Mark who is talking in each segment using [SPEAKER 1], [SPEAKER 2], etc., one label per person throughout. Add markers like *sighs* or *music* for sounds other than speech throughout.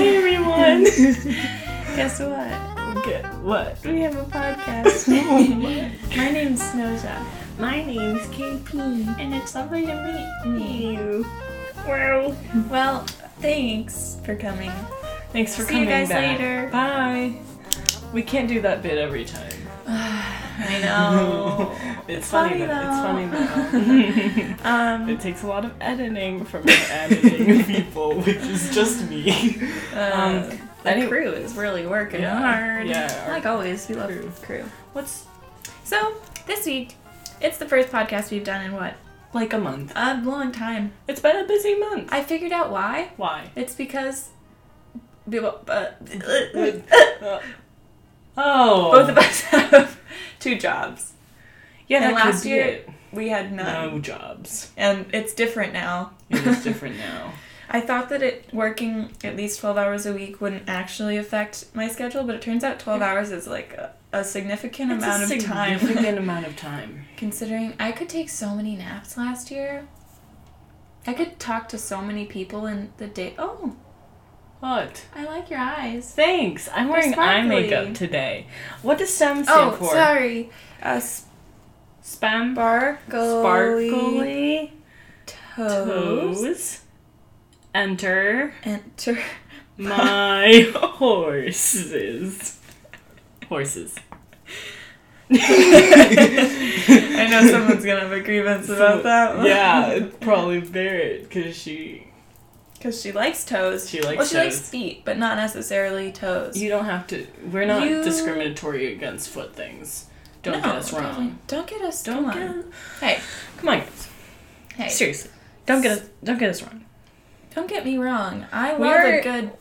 [SPEAKER 1] everyone.
[SPEAKER 2] *laughs*
[SPEAKER 1] Guess what?
[SPEAKER 2] Get what?
[SPEAKER 1] *laughs* We have a *laughs* podcast. Oh my name's Snowza.
[SPEAKER 2] My name's KP.
[SPEAKER 1] And it's lovely to meet you.
[SPEAKER 2] Wow.
[SPEAKER 1] Well, thanks for coming.
[SPEAKER 2] Thanks for
[SPEAKER 1] See you
[SPEAKER 2] coming
[SPEAKER 1] guys
[SPEAKER 2] back.
[SPEAKER 1] later.
[SPEAKER 2] Bye. We can't do that bit every time.
[SPEAKER 1] *laughs* I know.
[SPEAKER 2] It's
[SPEAKER 1] funny,
[SPEAKER 2] funny, though. It's
[SPEAKER 1] though.
[SPEAKER 2] funny though.
[SPEAKER 1] Um,
[SPEAKER 2] it takes a lot of editing from
[SPEAKER 1] *laughs*
[SPEAKER 2] our editing people, which is just me.
[SPEAKER 1] uh,
[SPEAKER 2] um,
[SPEAKER 1] the
[SPEAKER 2] any-
[SPEAKER 1] crew is really working
[SPEAKER 2] Yeah,
[SPEAKER 1] hard.
[SPEAKER 2] yeah, our
[SPEAKER 1] like always, we love
[SPEAKER 2] crew.
[SPEAKER 1] crew. crew.
[SPEAKER 2] What's
[SPEAKER 1] So this week, it's the first podcast we've done in what
[SPEAKER 2] like a month?
[SPEAKER 1] a long time.
[SPEAKER 2] It's been a busy month.
[SPEAKER 1] I figured out why.
[SPEAKER 2] Why?
[SPEAKER 1] *laughs* It's because. uh, we-
[SPEAKER 2] *laughs* With-
[SPEAKER 1] uh,
[SPEAKER 2] oh.
[SPEAKER 1] *laughs* Both of us have two jobs.
[SPEAKER 2] Yeah,
[SPEAKER 1] and
[SPEAKER 2] that could
[SPEAKER 1] last
[SPEAKER 2] be
[SPEAKER 1] year-
[SPEAKER 2] it.
[SPEAKER 1] We had none.
[SPEAKER 2] no jobs.
[SPEAKER 1] And it's different now.
[SPEAKER 2] It is different now.
[SPEAKER 1] *laughs* I thought that it working at least 12 hours a week wouldn't actually affect my schedule, but it turns out 12 hours is like a, a significant
[SPEAKER 2] It's a
[SPEAKER 1] amount of time.
[SPEAKER 2] *laughs* significant amount of time.
[SPEAKER 1] *laughs* Considering I could take so many naps last year. I could talk to so many people in the day. Oh,
[SPEAKER 2] What?
[SPEAKER 1] I like your eyes.
[SPEAKER 2] Thanks. I'm
[SPEAKER 1] They're
[SPEAKER 2] wearing eye
[SPEAKER 1] sparkly.
[SPEAKER 2] makeup today. What does SEM stand
[SPEAKER 1] Oh,
[SPEAKER 2] for?
[SPEAKER 1] sorry. Uh,
[SPEAKER 2] Spam
[SPEAKER 1] sparkly,
[SPEAKER 2] sparkly
[SPEAKER 1] toes.
[SPEAKER 2] toes. Enter
[SPEAKER 1] Enter.
[SPEAKER 2] my horses. Horses.
[SPEAKER 1] I know someone's gonna have a grievance about that. one. *laughs*
[SPEAKER 2] Yeah, probably Barrett, because she
[SPEAKER 1] Because she likes toes.
[SPEAKER 2] she likes
[SPEAKER 1] well, she
[SPEAKER 2] those.
[SPEAKER 1] likes feet, but not necessarily toes.
[SPEAKER 2] You don't have to. We're not
[SPEAKER 1] You-
[SPEAKER 2] discriminatory against foot things. Don't
[SPEAKER 1] No,
[SPEAKER 2] get us wrong.
[SPEAKER 1] Don't, don't get us.
[SPEAKER 2] Don't
[SPEAKER 1] Don't
[SPEAKER 2] get.
[SPEAKER 1] Hey,
[SPEAKER 2] Come on, guys.
[SPEAKER 1] hey.
[SPEAKER 2] Seriously, don't get us. Don't get us wrong.
[SPEAKER 1] Don't get me wrong. I love
[SPEAKER 2] We're-
[SPEAKER 1] a good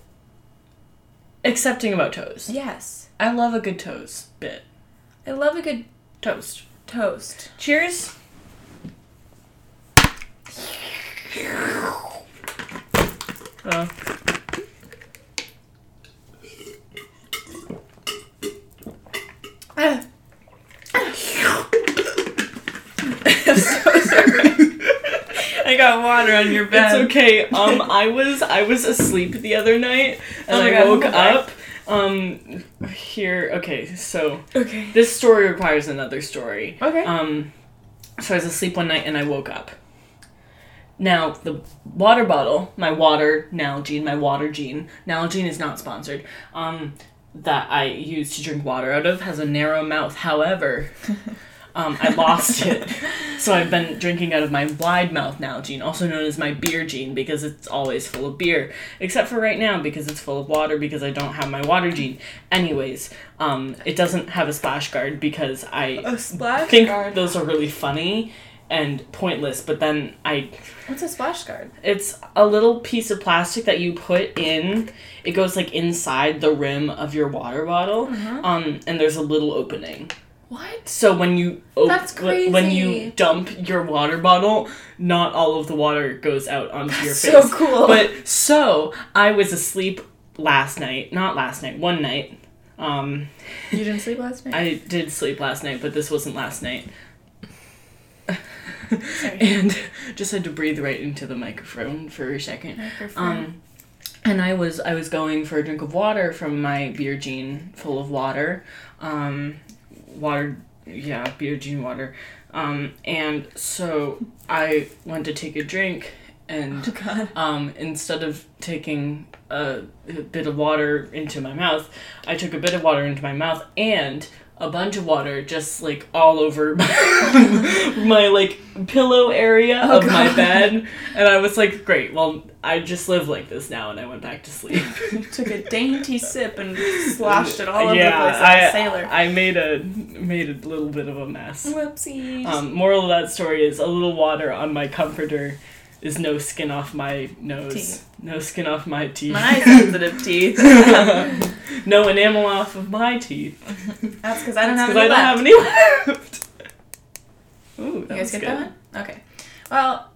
[SPEAKER 2] Accepting about toes.
[SPEAKER 1] yes.
[SPEAKER 2] I love a good toes bit.
[SPEAKER 1] I love a good
[SPEAKER 2] Toast.
[SPEAKER 1] toast.
[SPEAKER 2] *laughs* Cheers. Oh.
[SPEAKER 1] I'm so
[SPEAKER 2] *laughs*
[SPEAKER 1] sorry. I got water on your
[SPEAKER 2] It's
[SPEAKER 1] bed.
[SPEAKER 2] okay. Um, I was I was asleep the other night and
[SPEAKER 1] Oh my
[SPEAKER 2] I
[SPEAKER 1] God,
[SPEAKER 2] woke
[SPEAKER 1] okay.
[SPEAKER 2] up. Um, here. Okay, so
[SPEAKER 1] Okay.
[SPEAKER 2] this story requires another story.
[SPEAKER 1] Okay.
[SPEAKER 2] Um, so I was asleep one night and I woke up. Now the water bottle, my water Nalgene, my water gene. Nalgene is not sponsored. Um, that I use to drink water out of has a narrow mouth. However, um, I lost it, so I've been drinking out of my wide mouth Nalgene, also known as my beer gene, because it's always full of beer. Except for right now, because it's full of water, because I don't have my water gene. Anyways, um, it doesn't have a splash guard because I
[SPEAKER 1] a splash
[SPEAKER 2] think
[SPEAKER 1] guard.
[SPEAKER 2] those are really funny and pointless but then i
[SPEAKER 1] What's a splash guard?
[SPEAKER 2] it's a little piece of plastic that you put in it goes like inside the rim of your water bottle
[SPEAKER 1] Mm-hmm.
[SPEAKER 2] um and there's a little opening
[SPEAKER 1] What?
[SPEAKER 2] so when you op-
[SPEAKER 1] That's
[SPEAKER 2] wh- when you
[SPEAKER 1] crazy.
[SPEAKER 2] dump your water bottle not all of the water goes out onto your face
[SPEAKER 1] So cool.
[SPEAKER 2] but so i was asleep last night not last night one night um
[SPEAKER 1] you didn't sleep last night.
[SPEAKER 2] I did sleep last night, but this wasn't last night.
[SPEAKER 1] Sorry. *laughs*
[SPEAKER 2] and *laughs* just had to breathe right into the microphone for a second. Um, and I was I was going for a drink of water from my beer gene full of water, um, water, yeah, beer gene water. Um, and so I went to take a drink, and
[SPEAKER 1] oh *laughs* God.
[SPEAKER 2] um, instead of taking a, a bit of water into my mouth, I took a bit of water into my mouth and a bunch of water just like all over *laughs* my, my like pillow area
[SPEAKER 1] Oh,
[SPEAKER 2] of my
[SPEAKER 1] God.
[SPEAKER 2] bed. And I was like, great, well, I just live like this now. And I went back
[SPEAKER 1] *laughs*
[SPEAKER 2] to sleep.
[SPEAKER 1] You took a dainty sip and sloshed it all over
[SPEAKER 2] Uh, yeah,
[SPEAKER 1] the place like
[SPEAKER 2] I,
[SPEAKER 1] a sailor.
[SPEAKER 2] I made a made a little bit of a
[SPEAKER 1] *laughs*
[SPEAKER 2] mess.
[SPEAKER 1] Whoopsies.
[SPEAKER 2] *laughs* Um, moral of that story is a little water on my comforter is no skin off my nose,
[SPEAKER 1] Teeth.
[SPEAKER 2] no skin off my teeth,
[SPEAKER 1] My sensitive *laughs* teeth.
[SPEAKER 2] *laughs* no enamel off of my teeth
[SPEAKER 1] That's because I don't have
[SPEAKER 2] because
[SPEAKER 1] any
[SPEAKER 2] I don't
[SPEAKER 1] left.
[SPEAKER 2] have any left. *laughs* Ooh, that
[SPEAKER 1] you guys
[SPEAKER 2] was
[SPEAKER 1] get
[SPEAKER 2] good.
[SPEAKER 1] that one? Okay. Well,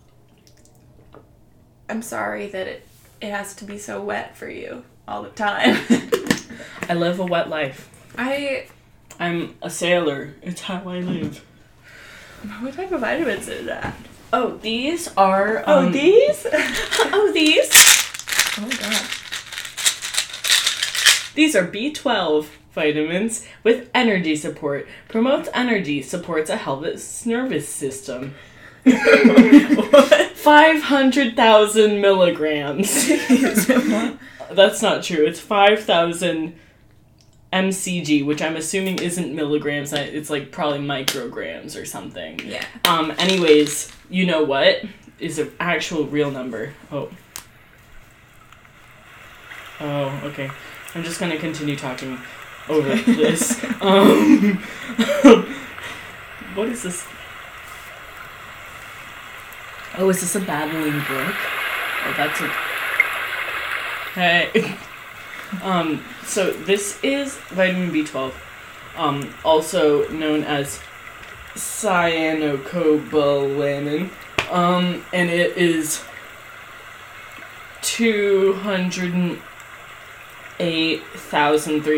[SPEAKER 1] I'm sorry that it it has to be so wet for you all the time. *laughs*
[SPEAKER 2] I live a wet life.
[SPEAKER 1] I
[SPEAKER 2] I'm a sailor. It's how I live.
[SPEAKER 1] what type of vitamins is that?
[SPEAKER 2] Oh, these are.
[SPEAKER 1] Um, *laughs* oh, these?
[SPEAKER 2] Oh, these.
[SPEAKER 1] oh god.
[SPEAKER 2] These are B12 vitamins with energy support. Promotes energy, supports a healthy nervous system. 500,000 milligrams. That's not true. It's 5,000 mcg, which I'm assuming isn't milligrams. I- It's like probably micrograms or something.
[SPEAKER 1] yeah.
[SPEAKER 2] Um, anyways, you know what is an actual real number? Oh. Oh, okay. I'm just gonna continue talking over this. Um, what is this? Oh, is this a babbling brook? Oh, that's a. Hey. *laughs* um, so this is vitamin B12, um, also known as cyanocobalamin, um, and it is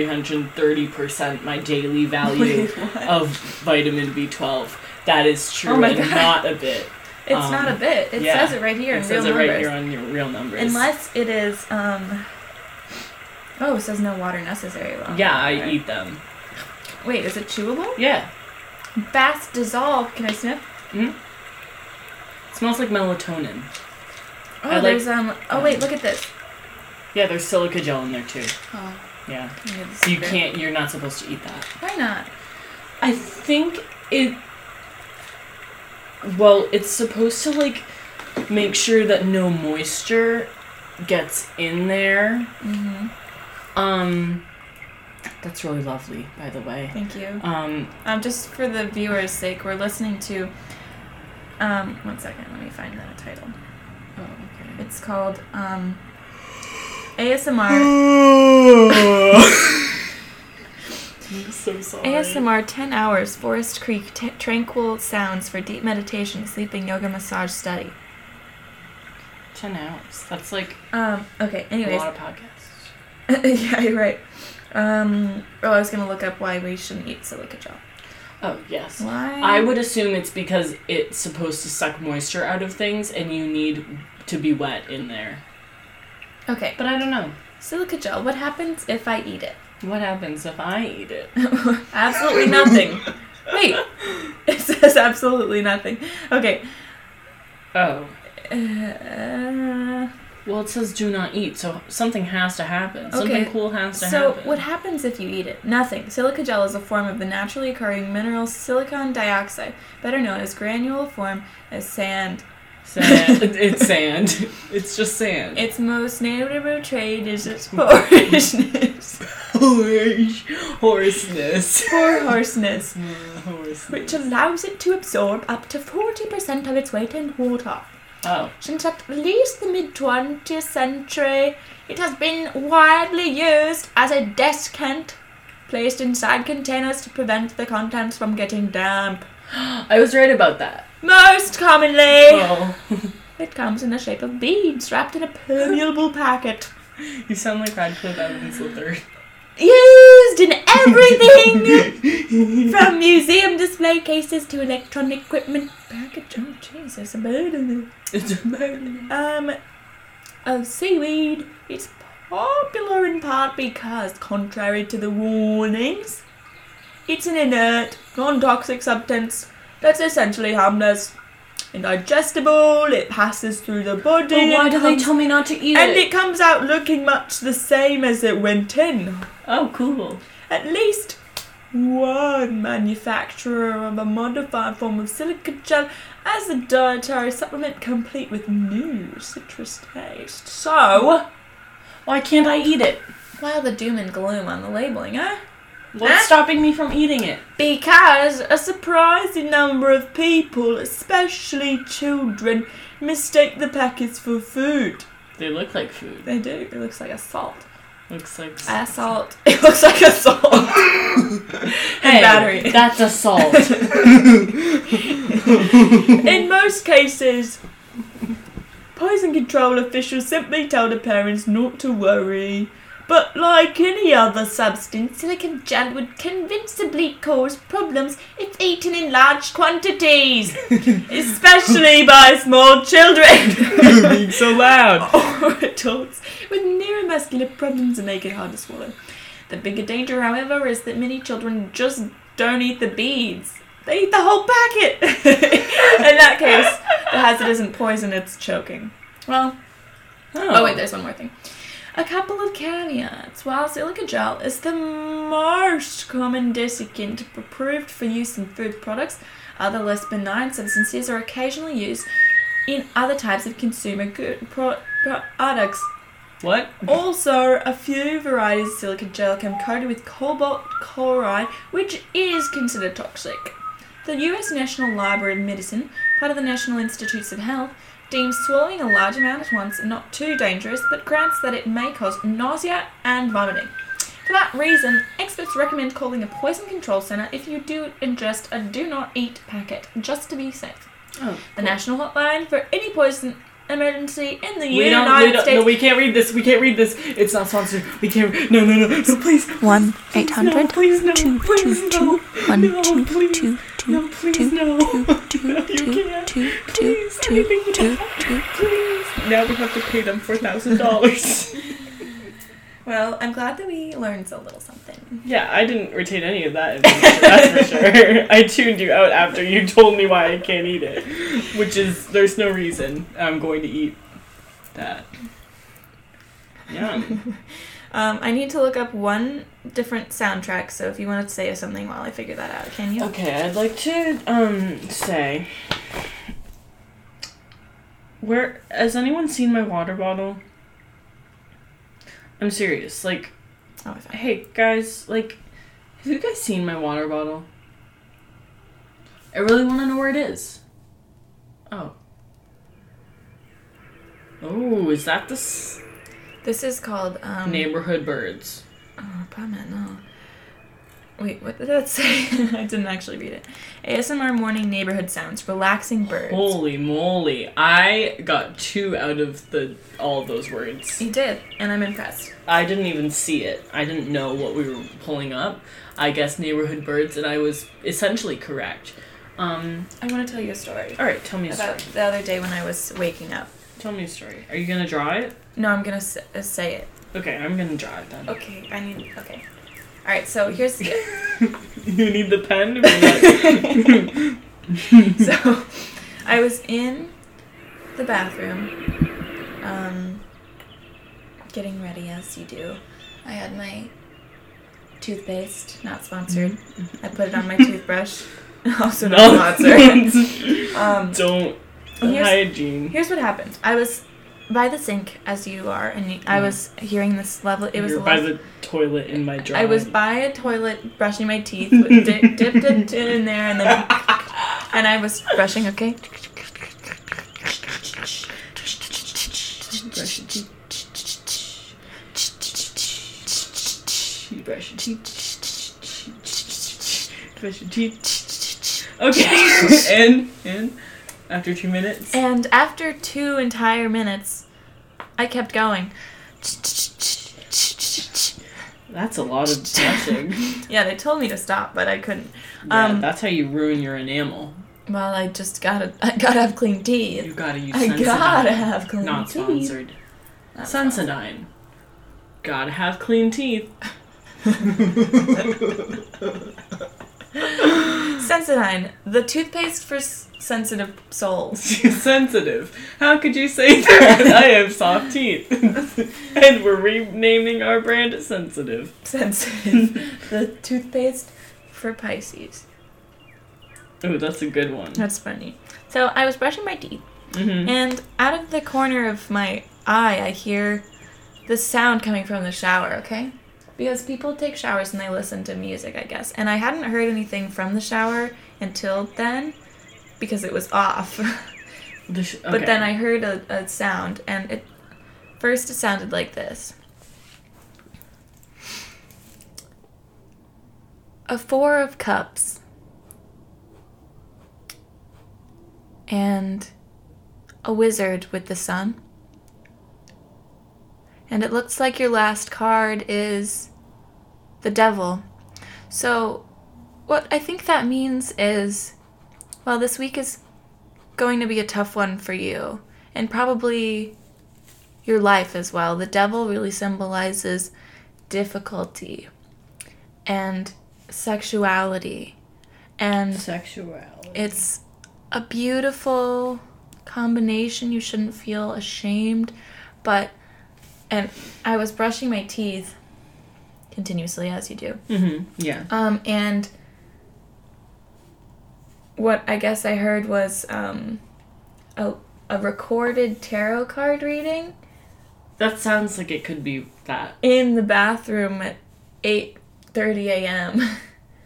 [SPEAKER 2] 208,330% my daily
[SPEAKER 1] *laughs*
[SPEAKER 2] value
[SPEAKER 1] Wait, what?
[SPEAKER 2] of vitamin B12. That is true,
[SPEAKER 1] my
[SPEAKER 2] and
[SPEAKER 1] God.
[SPEAKER 2] not a bit. *laughs*
[SPEAKER 1] It's
[SPEAKER 2] um,
[SPEAKER 1] not a bit. It
[SPEAKER 2] yeah.
[SPEAKER 1] says it right here
[SPEAKER 2] It
[SPEAKER 1] in
[SPEAKER 2] says
[SPEAKER 1] real
[SPEAKER 2] it right
[SPEAKER 1] numbers.
[SPEAKER 2] here on your real numbers.
[SPEAKER 1] Unless it is, um. Oh, it says no water necessary. Well,
[SPEAKER 2] yeah, I
[SPEAKER 1] okay.
[SPEAKER 2] eat them.
[SPEAKER 1] Wait, is it chewable?
[SPEAKER 2] Yeah,
[SPEAKER 1] Bass dissolve. Can I sniff?
[SPEAKER 2] it smells like melatonin.
[SPEAKER 1] Oh,
[SPEAKER 2] I like-
[SPEAKER 1] there's um. Oh wait, look at this.
[SPEAKER 2] Yeah, there's silica gel in there too.
[SPEAKER 1] Oh,
[SPEAKER 2] Yeah,
[SPEAKER 1] I can get this
[SPEAKER 2] so you
[SPEAKER 1] bit.
[SPEAKER 2] can't. You're not supposed to eat that.
[SPEAKER 1] Why not?
[SPEAKER 2] I think it. Well, it's supposed to like make sure that no moisture gets in there.
[SPEAKER 1] hmm
[SPEAKER 2] Um, that's really lovely, by the way.
[SPEAKER 1] Thank you.
[SPEAKER 2] Um,
[SPEAKER 1] Um, just for the viewers' sake, we're listening to. Um, one second. Let me find that title.
[SPEAKER 2] oh, okay.
[SPEAKER 1] It's called um. ASMR.
[SPEAKER 2] I'm so sorry.
[SPEAKER 1] ASMR 10 hours, Forest Creek, t- tranquil sounds for deep meditation, sleeping, yoga, massage, study.
[SPEAKER 2] Ten hours. That's like
[SPEAKER 1] Um, okay, anyways.
[SPEAKER 2] a lot of
[SPEAKER 1] *laughs*
[SPEAKER 2] podcasts.
[SPEAKER 1] yeah, you're right. Um, oh, I was gonna look up why we shouldn't eat silica gel.
[SPEAKER 2] Oh yes.
[SPEAKER 1] Why?
[SPEAKER 2] I would assume it's because it's supposed to suck moisture out of things, and you need to be wet in there.
[SPEAKER 1] Okay,
[SPEAKER 2] But I don't know.
[SPEAKER 1] silica gel, what happens if I eat it?
[SPEAKER 2] What happens if I eat it?
[SPEAKER 1] absolutely nothing. Wait, it says absolutely nothing. Okay.
[SPEAKER 2] Oh.
[SPEAKER 1] Uh,
[SPEAKER 2] Well, it says do not eat, so something has to happen. Something
[SPEAKER 1] Okay,
[SPEAKER 2] cool has to
[SPEAKER 1] so,
[SPEAKER 2] happen.
[SPEAKER 1] what happens if you eat it? Nothing. Silica gel is a form of the naturally occurring mineral silicon dioxide, better known as granule form as sand.
[SPEAKER 2] sand. *laughs* it's sand. It's just sand.
[SPEAKER 1] Its most notable trait is its poriousness.
[SPEAKER 2] *laughs* Horse- *laughs* Hoarseness.
[SPEAKER 1] Poor hoarseness. which
[SPEAKER 2] Hoarseness.
[SPEAKER 1] allows it to absorb up to 40% of its weight in water.
[SPEAKER 2] Oh.
[SPEAKER 1] Since at least the mid 20th century, it has been widely used as a descant placed inside containers to prevent the contents from getting damp.
[SPEAKER 2] I was right about that.
[SPEAKER 1] Most commonly,
[SPEAKER 2] Well,
[SPEAKER 1] it comes in the shape of beads wrapped in a permeable packet.
[SPEAKER 2] you sound like Radcliffe Evans the third.
[SPEAKER 1] Used in
[SPEAKER 2] *laughs*
[SPEAKER 1] everything from museum display cases to electronic equipment package. Oh, Jesus, a bird in there.
[SPEAKER 2] It's a man.
[SPEAKER 1] Um, of seaweed. It's popular in part because, contrary to the warnings, it's an inert, non toxic substance that's essentially harmless. Indigestible, it passes through the body.
[SPEAKER 2] But why
[SPEAKER 1] and
[SPEAKER 2] do they
[SPEAKER 1] comes-
[SPEAKER 2] tell me not to eat
[SPEAKER 1] And
[SPEAKER 2] it?
[SPEAKER 1] it comes out looking much the same as it went in.
[SPEAKER 2] Oh, cool.
[SPEAKER 1] At least one manufacturer of a modified form of silica gel as a dietary supplement complete with new citrus taste. So,
[SPEAKER 2] Oh. Why can't I eat it?
[SPEAKER 1] while the doom and gloom on the labeling, eh?
[SPEAKER 2] What's
[SPEAKER 1] Huh?
[SPEAKER 2] stopping me from eating it?
[SPEAKER 1] Because a surprising number of people, especially children, mistake the packets for food.
[SPEAKER 2] They look like food.
[SPEAKER 1] They do. It looks like a salt.
[SPEAKER 2] Looks like
[SPEAKER 1] A salt. *laughs* It looks like a salt.
[SPEAKER 2] hey,
[SPEAKER 1] battery.
[SPEAKER 2] *laughs* That's assault.
[SPEAKER 1] *laughs* In most cases, poison control officials simply tell the parents not to worry. But like any other substance, silicon gel would convincingly cause problems if eaten in large quantities, especially by small children
[SPEAKER 2] so loud.
[SPEAKER 1] *laughs* or adults with neuromuscular problems and make it hard to swallow. The bigger danger, however, is that many children just don't eat the beads. They eat the whole packet. *laughs* In that case, the hazard isn't poison, it's choking. Well, Oh, wait, there's one more thing. A couple of caveats. While silica gel is the most common desiccant approved for use in food products, other less benign substances are occasionally used in other types of consumer good pro- pro- products.
[SPEAKER 2] What?
[SPEAKER 1] Also, a few varieties of silica gel come coated with cobalt chloride, which is considered toxic. The US National Library of Medicine, part of the National Institutes of Health, deems swallowing a large amount at once not too dangerous, but grants that it may cause nausea and vomiting. For that reason, experts recommend calling a poison control center if you do ingest a do not eat packet, just to be safe.
[SPEAKER 2] Oh,
[SPEAKER 1] The national hotline for any poison emergency in the
[SPEAKER 2] we don't, we
[SPEAKER 1] United
[SPEAKER 2] don't,
[SPEAKER 1] States
[SPEAKER 2] no, we can't read this. We can't read this. It's not sponsored. We can't. No, no, *laughs* no, no. Please,
[SPEAKER 3] 1
[SPEAKER 2] no,
[SPEAKER 3] 800
[SPEAKER 2] please, no,
[SPEAKER 3] two,
[SPEAKER 2] please,
[SPEAKER 3] two,
[SPEAKER 2] no,
[SPEAKER 3] two, 1
[SPEAKER 2] no,
[SPEAKER 3] 2
[SPEAKER 2] please,
[SPEAKER 3] 2
[SPEAKER 2] no,
[SPEAKER 3] 2
[SPEAKER 2] please,
[SPEAKER 3] 2
[SPEAKER 2] no,
[SPEAKER 3] 2
[SPEAKER 2] *laughs* you
[SPEAKER 3] 2
[SPEAKER 2] can't.
[SPEAKER 3] 2 2
[SPEAKER 2] Please,
[SPEAKER 3] 2
[SPEAKER 2] anything you
[SPEAKER 3] 2
[SPEAKER 2] have.
[SPEAKER 3] 2
[SPEAKER 2] please. Now we have to pay them four
[SPEAKER 3] *laughs*
[SPEAKER 2] thousand dollars.
[SPEAKER 1] Well, I'm glad that we learned a little something.
[SPEAKER 2] Yeah, I didn't retain any of that. Information, that's
[SPEAKER 3] *laughs*
[SPEAKER 2] for sure. I tuned you out after you told me why I can't eat it, which is there's no reason I'm going to eat that. Yum.
[SPEAKER 1] Um, I need to look up one different soundtrack, so if you want to say something while I figure that out, can you?
[SPEAKER 2] Okay, I'd like to um say. Where has anyone seen my water bottle? I'm serious. Like,
[SPEAKER 1] Oh, I found
[SPEAKER 2] hey guys, like, have you guys seen my water bottle? I really want to know where it is. Oh. Oh, is that the s-
[SPEAKER 1] it. This is called. Um,
[SPEAKER 2] neighborhood birds?
[SPEAKER 1] Oh, bummer, no. Wait, what did that *laughs* say? I didn't actually read it. ASMR morning neighborhood sounds, relaxing birds.
[SPEAKER 2] Holy moly! I got two out of the all of those words.
[SPEAKER 1] You did, and I'm impressed.
[SPEAKER 2] I didn't even see it. I didn't know what we were pulling up. I guess neighborhood birds, and I was essentially correct. Um,
[SPEAKER 1] I want to tell you a story
[SPEAKER 2] all right, tell me a
[SPEAKER 1] about
[SPEAKER 2] story.
[SPEAKER 1] the other day when I was waking up.
[SPEAKER 2] Tell me a story. Are you gonna draw it?
[SPEAKER 1] No, I'm gonna s- uh, say it.
[SPEAKER 2] Okay, I'm gonna draw it then.
[SPEAKER 1] Okay, I need. Okay. All right, so here's.
[SPEAKER 2] *laughs* you need the pen.
[SPEAKER 1] *laughs*
[SPEAKER 2] Or what?
[SPEAKER 1] so I was in the bathroom, um, getting ready as you do. I had my toothpaste, not sponsored. I put it on my toothbrush, *laughs* also not sponsored.
[SPEAKER 2] *laughs*
[SPEAKER 1] Um,
[SPEAKER 2] Don't
[SPEAKER 1] And here's-
[SPEAKER 2] hygiene.
[SPEAKER 1] here's what happened. I was by the sink as you are, and you- I was hearing this level. It was
[SPEAKER 2] You're
[SPEAKER 1] a
[SPEAKER 2] by
[SPEAKER 1] lovely-
[SPEAKER 2] the toilet in my drawing.
[SPEAKER 1] I was by a toilet brushing my teeth, with di- dipped it in there, and then *laughs* and I was brushing. Okay.
[SPEAKER 2] Brush your teeth. You brush your teeth. Brush your teeth. Okay, *laughs* and and after two minutes.
[SPEAKER 1] And after two entire minutes, I kept going.
[SPEAKER 2] That's a
[SPEAKER 1] *laughs*
[SPEAKER 2] lot of brushing.
[SPEAKER 1] Yeah, they told me to stop, but I couldn't.
[SPEAKER 2] Yeah,
[SPEAKER 1] Um,
[SPEAKER 2] that's how you ruin your enamel.
[SPEAKER 1] Well, I just gotta, *laughs* I gotta have clean teeth.
[SPEAKER 2] You gotta
[SPEAKER 1] *laughs*
[SPEAKER 2] use
[SPEAKER 1] I
[SPEAKER 2] Sensodyne.
[SPEAKER 1] gotta have clean
[SPEAKER 2] Not
[SPEAKER 1] teeth.
[SPEAKER 2] sponsored.
[SPEAKER 1] Not
[SPEAKER 2] Sensodyne. Gotta have clean
[SPEAKER 1] *laughs*
[SPEAKER 2] teeth.
[SPEAKER 1] Sensodyne, the toothpaste for s- sensitive
[SPEAKER 2] *laughs*
[SPEAKER 1] souls. *laughs*
[SPEAKER 2] She's sensitive. How could you say that? I have soft teeth. *laughs* and we're renaming our brand Sensitive. *laughs*
[SPEAKER 1] Sensitive. the toothpaste for Pisces.
[SPEAKER 2] Oh, that's a good one.
[SPEAKER 1] That's funny. So I was brushing my teeth,
[SPEAKER 2] hmm
[SPEAKER 1] and out of the corner of my eye, I hear the sound coming from the shower, okay? Because people take showers and they listen to music, I guess. And I hadn't heard anything from the shower until then because it was off. *laughs*
[SPEAKER 2] The sh- okay.
[SPEAKER 1] But then I heard a, a sound, and it first it sounded like this. A four of cups. And a wizard with the sun. And it looks like your last card is the devil. So, what I think that means is well, this week is going to be a tough one for you and probably your life as well. The devil really symbolizes difficulty. and sexuality. And
[SPEAKER 2] Sexuality.
[SPEAKER 1] it's a beautiful combination. You shouldn't feel ashamed. But, and I was brushing my teeth continuously, as you do.
[SPEAKER 2] Mm-hmm. Yeah.
[SPEAKER 1] Um, and what I guess I heard was um, a, a recorded tarot card reading
[SPEAKER 2] That sounds like it could be that.
[SPEAKER 1] in the bathroom at 8.30 a.m.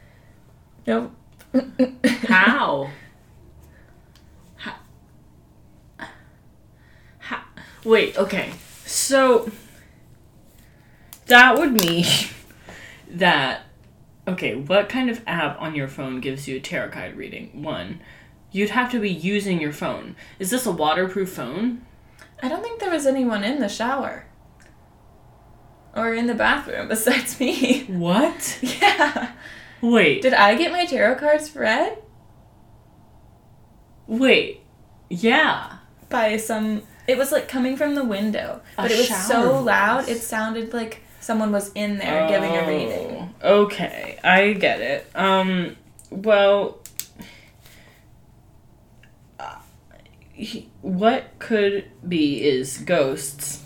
[SPEAKER 1] *laughs* nope. *laughs*
[SPEAKER 2] How? How? How? Wait, okay. So that would mean *laughs* that okay, what kind of app on your phone gives you a tarot card reading? One, you'd have to be using your phone. Is this a waterproof phone?
[SPEAKER 1] I don't think there was anyone in the shower. Or in the bathroom besides me. *laughs*
[SPEAKER 2] What?
[SPEAKER 1] yeah.
[SPEAKER 2] Wait.
[SPEAKER 1] Did I get my tarot cards read
[SPEAKER 2] Wait. Yeah.
[SPEAKER 1] by some it was like coming from the window.
[SPEAKER 2] A
[SPEAKER 1] But it was
[SPEAKER 2] shower
[SPEAKER 1] so loud
[SPEAKER 2] voice.
[SPEAKER 1] it sounded like someone was in there giving a reading.
[SPEAKER 2] Oh, Okay, I get it. Um, well, uh, he- what could be is ghosts.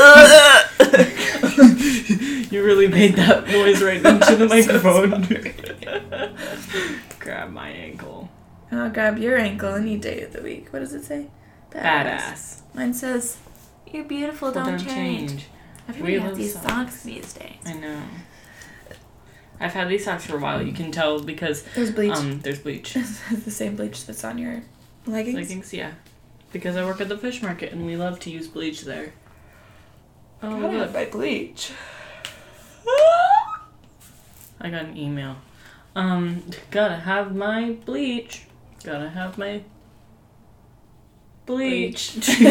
[SPEAKER 2] Oh.
[SPEAKER 1] *laughs*
[SPEAKER 2] you really made that noise right into the microphone. *laughs* Grab my ankle.
[SPEAKER 1] I'll Oh, grab your ankle any day of the week. What does it say?
[SPEAKER 2] Badass.
[SPEAKER 1] Mine says, You're beautiful, don't, change. Everybody
[SPEAKER 2] We
[SPEAKER 1] has
[SPEAKER 2] love
[SPEAKER 1] these
[SPEAKER 2] socks.
[SPEAKER 1] socks these days.
[SPEAKER 2] I know. I've had these socks for a while. You can tell because
[SPEAKER 1] There's bleach. *laughs*
[SPEAKER 2] um, there's bleach.
[SPEAKER 1] the same bleach that's on your leggings.
[SPEAKER 2] Leggings, yeah. Because I work at the fish market and we love to use bleach there. Oh,
[SPEAKER 1] How did I
[SPEAKER 2] look.
[SPEAKER 1] buy bleach?
[SPEAKER 2] I got an email. Um, gotta have my bleach. Gotta have my bleach.
[SPEAKER 1] *laughs*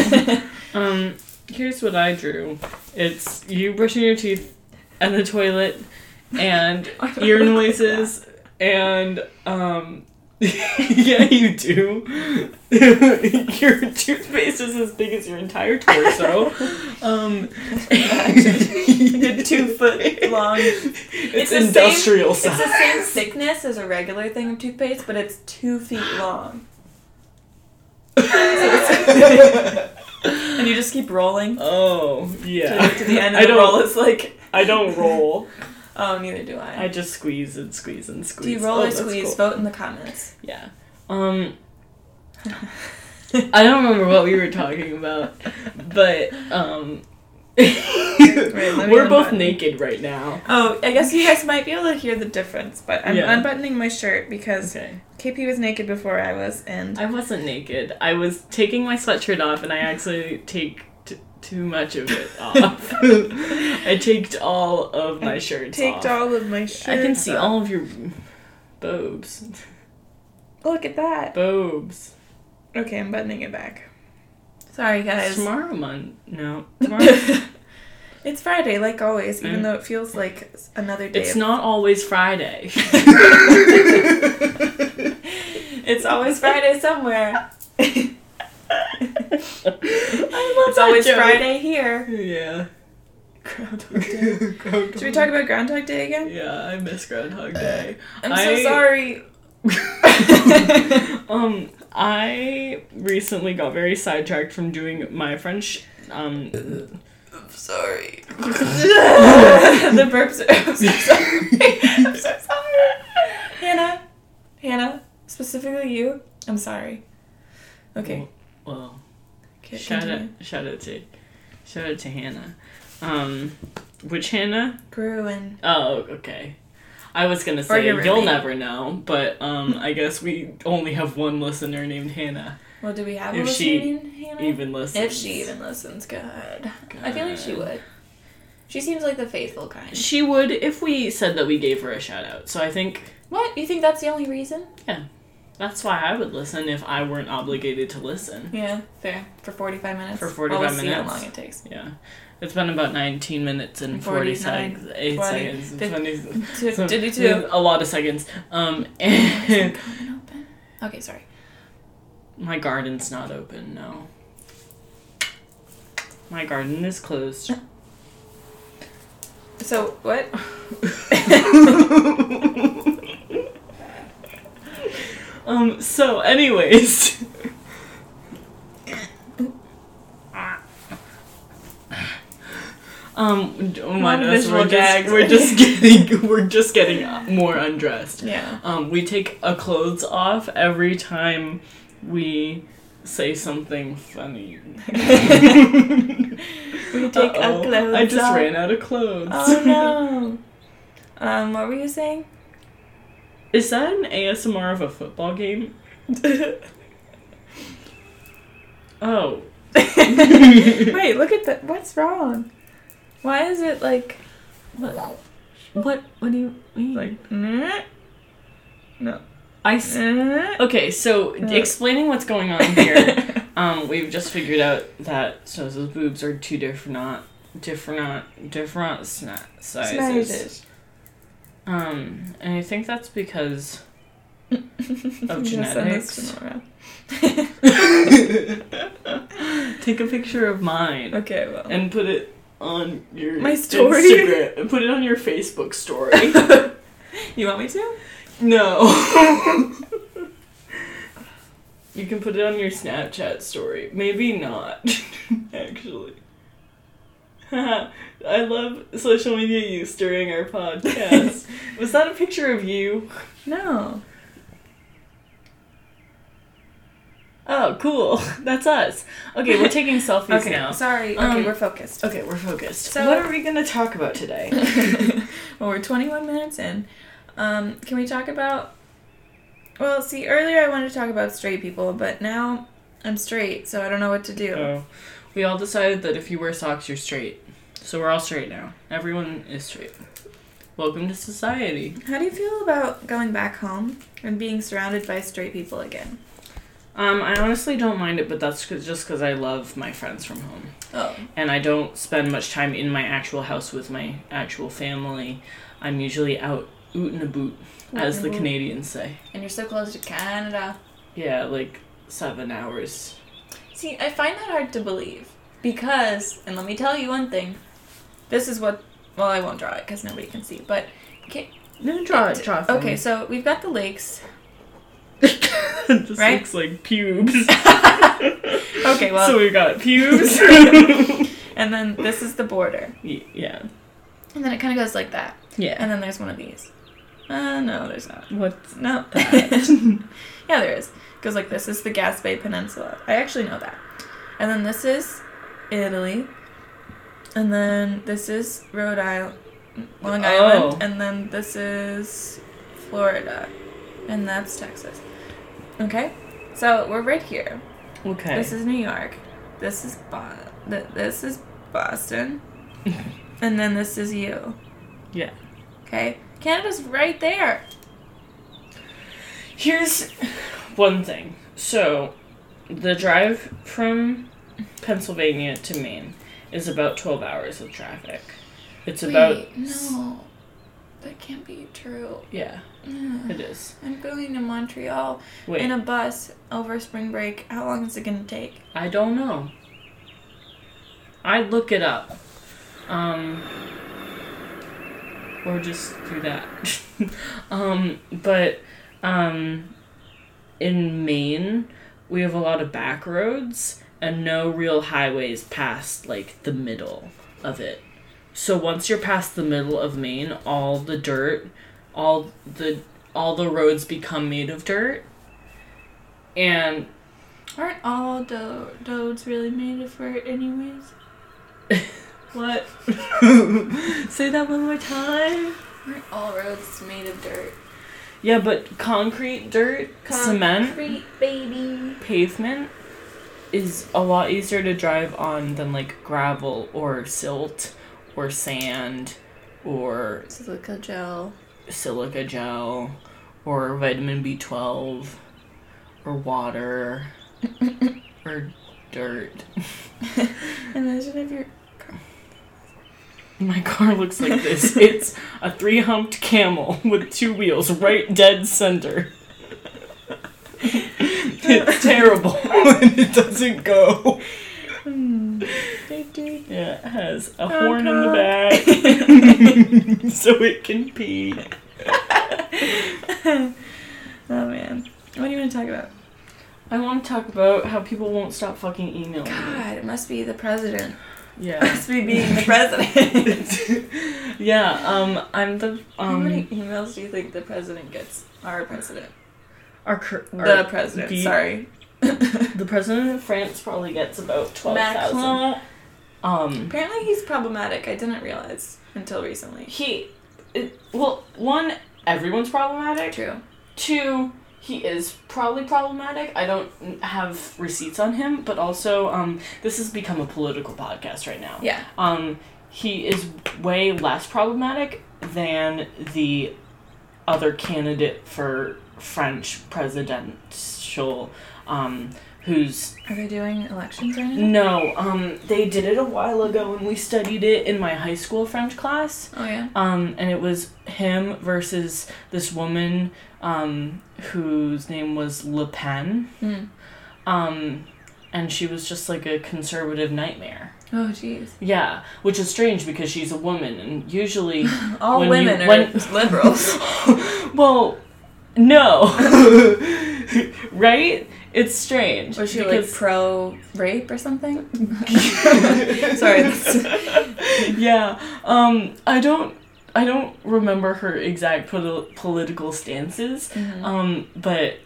[SPEAKER 2] um, here's what I drew it's you brushing your teeth and the toilet and
[SPEAKER 1] I don't
[SPEAKER 2] *laughs* *laughs* ear
[SPEAKER 1] look like *laughs*
[SPEAKER 2] noises and, um,. *laughs* yeah, you do. *laughs* your toothpaste is as big as your entire
[SPEAKER 1] *laughs*
[SPEAKER 2] torso. Um, *laughs*
[SPEAKER 4] The two foot long.
[SPEAKER 2] it's,
[SPEAKER 1] the same-
[SPEAKER 2] industrial
[SPEAKER 1] It's
[SPEAKER 2] size.
[SPEAKER 1] the same thickness as a regular thing of toothpaste, but it's two feet long.
[SPEAKER 2] *laughs*
[SPEAKER 1] and you just keep rolling
[SPEAKER 2] Oh
[SPEAKER 1] to,
[SPEAKER 2] yeah.
[SPEAKER 1] to the end,
[SPEAKER 2] I
[SPEAKER 1] and the
[SPEAKER 2] don't.
[SPEAKER 1] roll is like,
[SPEAKER 2] I don't roll.
[SPEAKER 1] oh, neither do I.
[SPEAKER 2] I just squeeze and squeeze and squeeze.
[SPEAKER 1] do you roll
[SPEAKER 2] Oh,
[SPEAKER 1] or
[SPEAKER 2] that's
[SPEAKER 1] squeeze?
[SPEAKER 2] cool.
[SPEAKER 1] Vote in the comments.
[SPEAKER 2] Yeah. Um. I don't remember what we were talking about, but um.
[SPEAKER 1] me
[SPEAKER 2] we're both
[SPEAKER 1] unbutton.
[SPEAKER 2] naked right now.
[SPEAKER 1] Oh, I guess you guys might be able to hear the difference, but I'm
[SPEAKER 2] Yeah.
[SPEAKER 1] unbuttoning my shirt because
[SPEAKER 2] Okay.
[SPEAKER 1] KP was naked before I was, and
[SPEAKER 2] I wasn't naked. I was taking my sweatshirt off, and I actually take. t- Too much of it
[SPEAKER 1] *laughs*
[SPEAKER 2] off. I taked all of my shirts
[SPEAKER 1] taked
[SPEAKER 2] off.
[SPEAKER 1] all of my shirt.
[SPEAKER 2] I can see
[SPEAKER 1] off.
[SPEAKER 2] all of your boobs.
[SPEAKER 1] Oh, Look at that.
[SPEAKER 2] Boobs.
[SPEAKER 1] Okay, I'm buttoning it back. Sorry, guys. *laughs*
[SPEAKER 2] Tomorrow month. No. Tomorrow.
[SPEAKER 1] It's Friday, like always, even
[SPEAKER 2] Mm.
[SPEAKER 1] though it feels like another day.
[SPEAKER 2] it's not always Friday.
[SPEAKER 1] *laughs* It's always Friday somewhere.
[SPEAKER 2] I love
[SPEAKER 1] It's always Friday here.
[SPEAKER 2] Yeah. Groundhog Day. Eh.
[SPEAKER 1] Should we talk about Groundhog Day again?
[SPEAKER 2] Yeah, I miss Groundhog Day.
[SPEAKER 1] I'm
[SPEAKER 2] I-
[SPEAKER 1] so sorry.
[SPEAKER 2] um, I recently got very sidetracked from doing my French. Um,
[SPEAKER 1] I'm
[SPEAKER 2] *laughs*
[SPEAKER 1] sorry. the burps are. I'm so sorry. I'm so sorry. Hannah, Hannah, specifically you, I'm sorry. Okay.
[SPEAKER 2] Well,
[SPEAKER 1] okay
[SPEAKER 2] shout out,
[SPEAKER 1] continue.
[SPEAKER 2] shout out to, shout out to Hannah. Um, which Hannah?
[SPEAKER 1] Bruin.
[SPEAKER 2] Oh, okay. I was gonna
[SPEAKER 1] Or
[SPEAKER 2] say
[SPEAKER 1] your
[SPEAKER 2] you'll
[SPEAKER 1] roommate.
[SPEAKER 2] never know, but um, I guess we only have one listener named Hannah.
[SPEAKER 1] Well, do we have
[SPEAKER 2] If
[SPEAKER 1] a
[SPEAKER 2] she
[SPEAKER 1] listening, Hannah?
[SPEAKER 2] Even listens. Uh,
[SPEAKER 1] If she even listens, God. I feel like she
[SPEAKER 2] God.
[SPEAKER 1] would. She seems like the faithful kind.
[SPEAKER 2] She would if we said that we gave her a shout out. So I think
[SPEAKER 1] What? You think that's the only reason?
[SPEAKER 2] that's why I would listen if I weren't obligated to listen.
[SPEAKER 1] Yeah, fair. For 45 minutes.
[SPEAKER 2] For 45
[SPEAKER 1] Always See how
[SPEAKER 2] minutes.
[SPEAKER 1] long it takes.
[SPEAKER 2] Yeah. It's been about 19 minutes and 40 seconds.
[SPEAKER 1] 49,
[SPEAKER 2] 8
[SPEAKER 1] 20,
[SPEAKER 2] seconds.
[SPEAKER 1] fif-
[SPEAKER 2] 20,
[SPEAKER 1] Two-
[SPEAKER 2] so-
[SPEAKER 1] 52.
[SPEAKER 2] A lot of seconds. Um, and *laughs*
[SPEAKER 1] Okay, sorry.
[SPEAKER 2] My garden's not open, no. My garden is closed.
[SPEAKER 1] So, what?
[SPEAKER 2] *laughs* um, so, anyways. Um, d- oh my
[SPEAKER 4] One
[SPEAKER 2] goodness,
[SPEAKER 4] visual
[SPEAKER 2] we're just,
[SPEAKER 4] gag.
[SPEAKER 2] we're just *laughs* getting we're just getting more undressed.
[SPEAKER 1] Yeah.
[SPEAKER 2] Um, we take our clothes off every time we say something funny.
[SPEAKER 4] We take
[SPEAKER 2] Uh-oh,
[SPEAKER 4] our clothes
[SPEAKER 2] I just
[SPEAKER 4] off.
[SPEAKER 2] ran out of clothes.
[SPEAKER 1] Oh no. Um, what were you
[SPEAKER 2] *laughs*
[SPEAKER 1] saying?
[SPEAKER 2] Is that an ASMR of a football game? Oh.
[SPEAKER 1] Wait, look at that. What's wrong? Why is it like
[SPEAKER 2] What? What? What do you mean?
[SPEAKER 1] like? mm,
[SPEAKER 2] I s-
[SPEAKER 1] mm?
[SPEAKER 2] okay. So explaining what's going on
[SPEAKER 1] *laughs*
[SPEAKER 2] here, um, we've just figured out that Sosa's boobs are two different, different, different sna- sizes.
[SPEAKER 1] Sizes.
[SPEAKER 2] Um, and I think that's because of
[SPEAKER 1] You just send this
[SPEAKER 2] genetics.
[SPEAKER 1] tomorrow.
[SPEAKER 2] Take a picture of mine
[SPEAKER 1] Okay, well.
[SPEAKER 2] and put it on your
[SPEAKER 1] My story?
[SPEAKER 2] Instagram. Put it on your Facebook story.
[SPEAKER 1] you want me to?
[SPEAKER 2] No. you can put it on your Snapchat story. Maybe not, *laughs* actually. *laughs* I love social media use during our *laughs* podcast. Was that a picture of you?
[SPEAKER 1] No.
[SPEAKER 2] Oh, cool. That's us. Okay, we're taking selfies
[SPEAKER 1] Okay.
[SPEAKER 2] now.
[SPEAKER 1] Sorry. Okay,
[SPEAKER 2] Um,
[SPEAKER 1] we're focused.
[SPEAKER 2] Okay, we're focused.
[SPEAKER 1] So-
[SPEAKER 2] what are we gonna talk about today?
[SPEAKER 1] well, we're 21 minutes in. Um, can we talk about? Well, see, earlier I wanted to talk about straight people, but now I'm straight, so I don't know what to do.
[SPEAKER 2] Oh, we all decided that if you wear socks, you're straight. So we're all straight now. Everyone is straight. Welcome to society.
[SPEAKER 1] How do you feel about going back home and being surrounded by straight people again?
[SPEAKER 2] Um, I honestly don't mind it, but that's 'cause- just because I love my friends from home,
[SPEAKER 1] Oh,
[SPEAKER 2] and I don't spend much time in my actual house with my actual family. I'm usually out oot in a boot, as
[SPEAKER 1] Oot
[SPEAKER 2] the
[SPEAKER 1] in a boot.
[SPEAKER 2] Canadians say.
[SPEAKER 1] and you're so close to Canada.
[SPEAKER 2] Yeah, like seven hours.
[SPEAKER 1] See, I find that hard to believe because, and let me tell you one thing. This is what. Well, I won't draw it because nobody can see. But
[SPEAKER 2] No,
[SPEAKER 1] okay,
[SPEAKER 2] Mm.
[SPEAKER 1] so we've got the lakes.
[SPEAKER 2] *laughs* this
[SPEAKER 1] Right?
[SPEAKER 2] looks like pubes.
[SPEAKER 1] Okay, *laughs* well,
[SPEAKER 2] so we've
[SPEAKER 1] *laughs*
[SPEAKER 2] got pubes. *laughs*
[SPEAKER 1] and then this is the border,
[SPEAKER 2] Y- yeah.
[SPEAKER 1] and then it kind of goes like that,
[SPEAKER 2] Yeah.
[SPEAKER 1] and then there's one of these. Uh, no, there's not.
[SPEAKER 2] What?
[SPEAKER 1] No. *laughs* yeah, there is. Goes like this. This is the Gaspé Peninsula. I actually know that. And then this is Italy. And then this is Rhode Island, Long
[SPEAKER 2] Oh.
[SPEAKER 1] Island, and then this is Florida, and that's Texas. Okay, so we're right here.
[SPEAKER 2] Okay.
[SPEAKER 1] This is New York. This is Bo- th- This is
[SPEAKER 2] *laughs*
[SPEAKER 1] Boston, and then this is you.
[SPEAKER 2] Yeah.
[SPEAKER 1] Okay, Canada's right there.
[SPEAKER 2] Here's one thing. So, the drive from Pennsylvania to Maine is about 12 hours of traffic. It's about.
[SPEAKER 1] Wait, no, that can't be true.
[SPEAKER 2] Yeah,
[SPEAKER 1] Ugh.
[SPEAKER 2] it is.
[SPEAKER 1] *sighs* I'm going to Montreal
[SPEAKER 2] Wait,
[SPEAKER 1] in
[SPEAKER 2] I
[SPEAKER 1] a bus over spring break. How long is it gonna take?
[SPEAKER 2] I don't know. I look it up. Um. Or just do that. *laughs* um, but, um, in Maine, we have a lot of back roads and no real highways past, like, the middle of it. So once you're past the middle of Maine, all the dirt, all the all the roads become made of dirt. And
[SPEAKER 1] Aren't all do- dodes really made of fur, anyways?
[SPEAKER 2] What? *laughs* Say that one more time.
[SPEAKER 1] Aren't all roads made of dirt?
[SPEAKER 2] Yeah, but concrete, dirt, cement,
[SPEAKER 1] Concrete, baby.
[SPEAKER 2] pavement is a lot easier to drive on than like gravel or silt or sand or
[SPEAKER 1] Silica gel.
[SPEAKER 2] silica gel or vitamin B12 or water or dirt.
[SPEAKER 1] Imagine if you're.
[SPEAKER 2] My car looks like this. It's a three humped camel with two wheels right dead center.
[SPEAKER 1] Mm.
[SPEAKER 2] It's terrible and it doesn't go.
[SPEAKER 4] safety.
[SPEAKER 2] Yeah, it has a
[SPEAKER 4] Oh,
[SPEAKER 2] horn in the
[SPEAKER 4] God.
[SPEAKER 2] back. so it can pee.
[SPEAKER 1] *laughs* oh man, what do you want to talk about?
[SPEAKER 2] I want to talk about how people won't stop fucking emailing me.
[SPEAKER 1] God, it must be the president. It
[SPEAKER 2] Yeah.
[SPEAKER 1] must be being the president.
[SPEAKER 2] *laughs* yeah, um, I'm the,
[SPEAKER 1] *laughs* How many
[SPEAKER 2] um,
[SPEAKER 1] emails do you think the president gets? Our president.
[SPEAKER 2] our, cur-
[SPEAKER 1] the
[SPEAKER 2] our,
[SPEAKER 1] president.
[SPEAKER 2] the-
[SPEAKER 1] sorry.
[SPEAKER 2] the president of France probably gets about 12,000.
[SPEAKER 1] Macron.
[SPEAKER 2] Um,
[SPEAKER 1] Apparently he's problematic. I didn't realize until recently.
[SPEAKER 2] he, it, well, one, everyone's problematic.
[SPEAKER 1] True.
[SPEAKER 2] Two, he is probably problematic. I don't have receipts on him, but also um, this has become a political podcast right now.
[SPEAKER 1] Yeah.
[SPEAKER 2] Um, he is way less problematic than the other candidate for French presidential, um, who's
[SPEAKER 1] Are they doing elections right now?
[SPEAKER 2] no, um, they did it a while ago and we studied it in my high school French class
[SPEAKER 1] Oh yeah.
[SPEAKER 2] um, and it was him versus this woman um, whose name was Le Pen,
[SPEAKER 1] Hmm.
[SPEAKER 2] um, and she was just like a conservative nightmare.
[SPEAKER 1] Oh jeez.
[SPEAKER 2] Yeah, which is strange because she's a woman,
[SPEAKER 1] *laughs*
[SPEAKER 2] and usually,
[SPEAKER 1] *laughs*
[SPEAKER 2] *laughs*
[SPEAKER 1] All
[SPEAKER 2] When you-
[SPEAKER 1] women are
[SPEAKER 2] when-
[SPEAKER 1] *laughs* liberals.
[SPEAKER 2] well, no, *laughs* right? It's strange.
[SPEAKER 1] Was she like
[SPEAKER 2] because-
[SPEAKER 1] pro rape or *laughs* something? Sorry. *laughs* that's-
[SPEAKER 2] *laughs* yeah, um, I don't, I don't remember her exact poli- political stances, um, but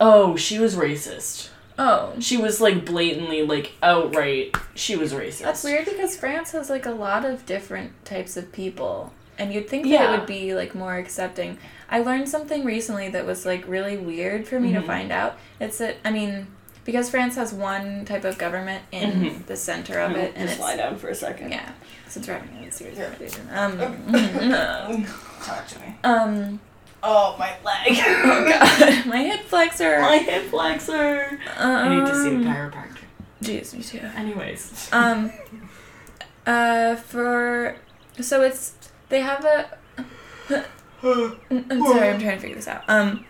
[SPEAKER 2] oh, she was racist.
[SPEAKER 1] Oh.
[SPEAKER 2] She was like blatantly, like outright, she was racist.
[SPEAKER 1] That's weird because France has like a lot of different types of people, and you'd think that
[SPEAKER 2] Yeah.
[SPEAKER 1] it would be like more accepting. I learned something recently that was like really weird for me
[SPEAKER 2] Mhm.
[SPEAKER 1] to find out. It's that I mean, because France has one type of government in
[SPEAKER 2] Mhm.
[SPEAKER 1] the center of it, and it's
[SPEAKER 2] down for a second.
[SPEAKER 1] *laughs* yeah, subtracting it, it's your recommendation.
[SPEAKER 2] Oh.
[SPEAKER 1] Um,
[SPEAKER 2] Talk to me.
[SPEAKER 1] *laughs* um,
[SPEAKER 2] Oh, my
[SPEAKER 1] *laughs*
[SPEAKER 2] leg.
[SPEAKER 1] oh god, my hip flexor.
[SPEAKER 2] my hip flexor. I need to see a chiropractor.
[SPEAKER 1] Jeez, me too.
[SPEAKER 2] Anyways.
[SPEAKER 1] Um, uh, for so it's they have a I'm sorry, I'm trying to figure this out. Um,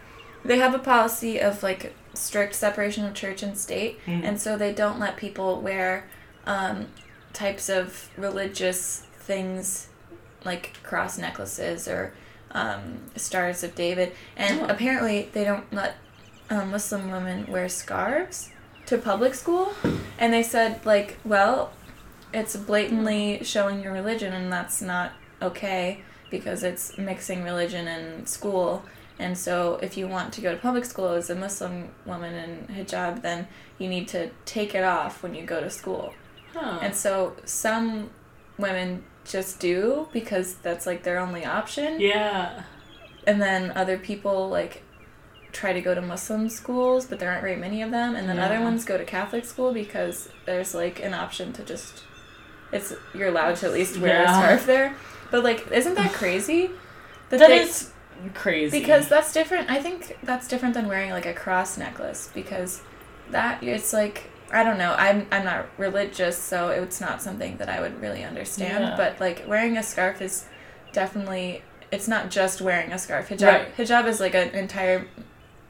[SPEAKER 1] they have a policy of like strict separation of church and state,
[SPEAKER 2] Mm.
[SPEAKER 1] and so they don't let people wear um, types of religious things like cross necklaces or um, stars of David. And
[SPEAKER 2] Oh.
[SPEAKER 1] apparently, they don't let um, Muslim women wear scarves to public school. And they said like, well, it's blatantly showing your religion, and that's not okay because it's mixing religion and school. And so, if you want to go to public school as a Muslim woman in hijab, then you need to take it off when you go to school.
[SPEAKER 2] Huh.
[SPEAKER 1] And so, some women just do because that's like their only option.
[SPEAKER 2] yeah.
[SPEAKER 1] And then other people like try to go to Muslim schools, but there aren't very many of them. And then other
[SPEAKER 2] Yeah.
[SPEAKER 1] ones go to Catholic school because there's like an option to just it's you're allowed to at least wear
[SPEAKER 2] Yeah.
[SPEAKER 1] a scarf there. But like, isn't that crazy?
[SPEAKER 2] that
[SPEAKER 1] they-
[SPEAKER 2] is crazy.
[SPEAKER 1] because that's different. I think that's different than wearing like a cross necklace because that it's like I don't know. I'm I'm not religious, so it's not something that I would really understand.
[SPEAKER 2] Yeah.
[SPEAKER 1] But like wearing a scarf is definitely it's not just wearing a scarf. Hijab
[SPEAKER 2] Right.
[SPEAKER 1] hijab is like an entire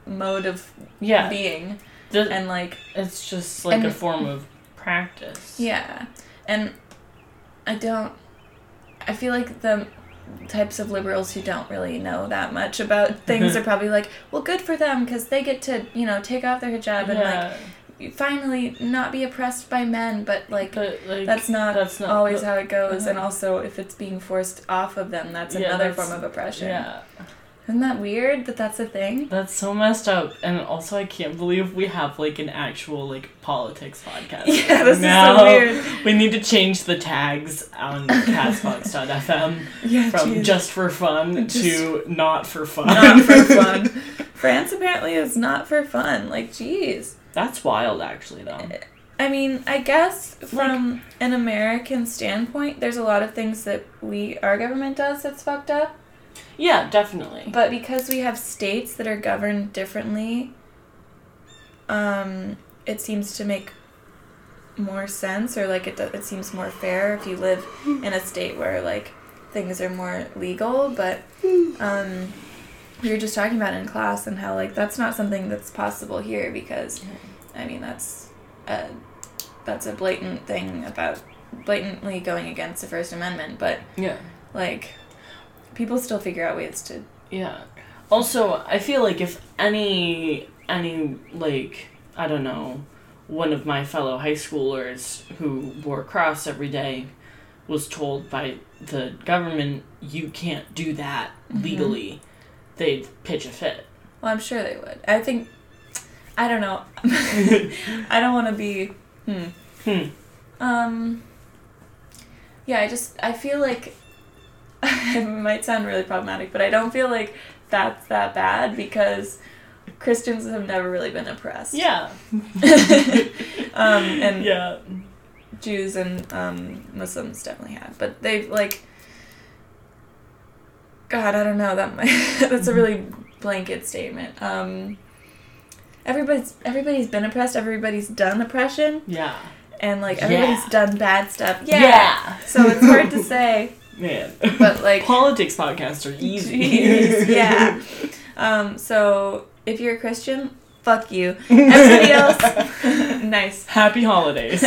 [SPEAKER 1] mode of
[SPEAKER 2] yeah,
[SPEAKER 1] being
[SPEAKER 2] th-
[SPEAKER 1] and like
[SPEAKER 2] it's just like a
[SPEAKER 1] and-
[SPEAKER 2] form of practice.
[SPEAKER 1] Yeah. And I don't I feel like the types of liberals who don't really know that much
[SPEAKER 2] *laughs*
[SPEAKER 1] about things are probably like, well, good for them because they get to, you know, take off their hijab and
[SPEAKER 2] Yeah,
[SPEAKER 1] like finally not be oppressed by men, but like
[SPEAKER 2] but like
[SPEAKER 1] that's not
[SPEAKER 2] that's not
[SPEAKER 1] always
[SPEAKER 2] the-
[SPEAKER 1] how it goes. And
[SPEAKER 2] Uh-huh.
[SPEAKER 1] also, if it's being forced off of them, that's
[SPEAKER 2] Yeah,
[SPEAKER 1] another
[SPEAKER 2] that's-
[SPEAKER 1] form of oppression.
[SPEAKER 2] Yeah.
[SPEAKER 1] Isn't that weird that that's a thing? *laughs*
[SPEAKER 2] That's so messed up, and also I can't believe we have like an actual like politics podcast.
[SPEAKER 1] Yeah, this
[SPEAKER 2] now.
[SPEAKER 1] is so weird.
[SPEAKER 2] We need to change the tags on *laughs* Castbox.fm
[SPEAKER 1] Yeah,
[SPEAKER 2] from
[SPEAKER 1] geez.
[SPEAKER 2] just for fun
[SPEAKER 1] Just-
[SPEAKER 2] to not for fun.
[SPEAKER 1] not for fun. France apparently is not for fun. Like, jeez.
[SPEAKER 2] *laughs* That's wild, actually, though.
[SPEAKER 1] I mean, I guess from an American standpoint, there's a lot of things that we our government does that's fucked up.
[SPEAKER 2] Yeah, definitely.
[SPEAKER 1] But because we have states that are governed differently, um, it seems to make more sense, or like it do, it seems more fair if you live in a state where like things are more legal. But um, we were just talking about in class and how like that's not something that's possible here because, I mean, that's a that's a blatant thing about blatantly going against the First Amendment, but
[SPEAKER 2] Yeah.
[SPEAKER 1] like people still figure out ways to
[SPEAKER 2] Yeah. Also, I feel like if any any like I don't know, one of my fellow high schoolers who wore a cross every day was told by the government you can't do that legally, they'd pitch a fit.
[SPEAKER 1] Well, I'm sure they would. I think I don't
[SPEAKER 2] *laughs*
[SPEAKER 1] know. I don't want to be hmm.
[SPEAKER 2] Hmm.
[SPEAKER 1] Um Yeah, I just I feel like *laughs* it might sound really problematic, but I don't feel like that's that bad because Christians have never really been oppressed.
[SPEAKER 2] Yeah.
[SPEAKER 1] *laughs* um, and
[SPEAKER 2] Yeah.
[SPEAKER 1] Jews and um, Muslims definitely have, but they've like, God, I don't know. That might, *laughs* that's a really blanket statement. Um, everybody's everybody's been oppressed. Everybody's done oppression,
[SPEAKER 2] Yeah.
[SPEAKER 1] and like
[SPEAKER 2] Yeah.
[SPEAKER 1] everybody's done bad stuff. Yeah.
[SPEAKER 2] Yeah.
[SPEAKER 1] So it's hard to say,
[SPEAKER 2] *laughs* Man. *laughs*
[SPEAKER 1] but like,
[SPEAKER 2] Politics podcasts are
[SPEAKER 1] *laughs*
[SPEAKER 2] easy.
[SPEAKER 1] Jeez, yeah. Um, so if you're a Christian, fuck you. Everybody
[SPEAKER 2] *laughs*
[SPEAKER 1] else, *laughs* nice. *laughs*
[SPEAKER 2] Happy holidays.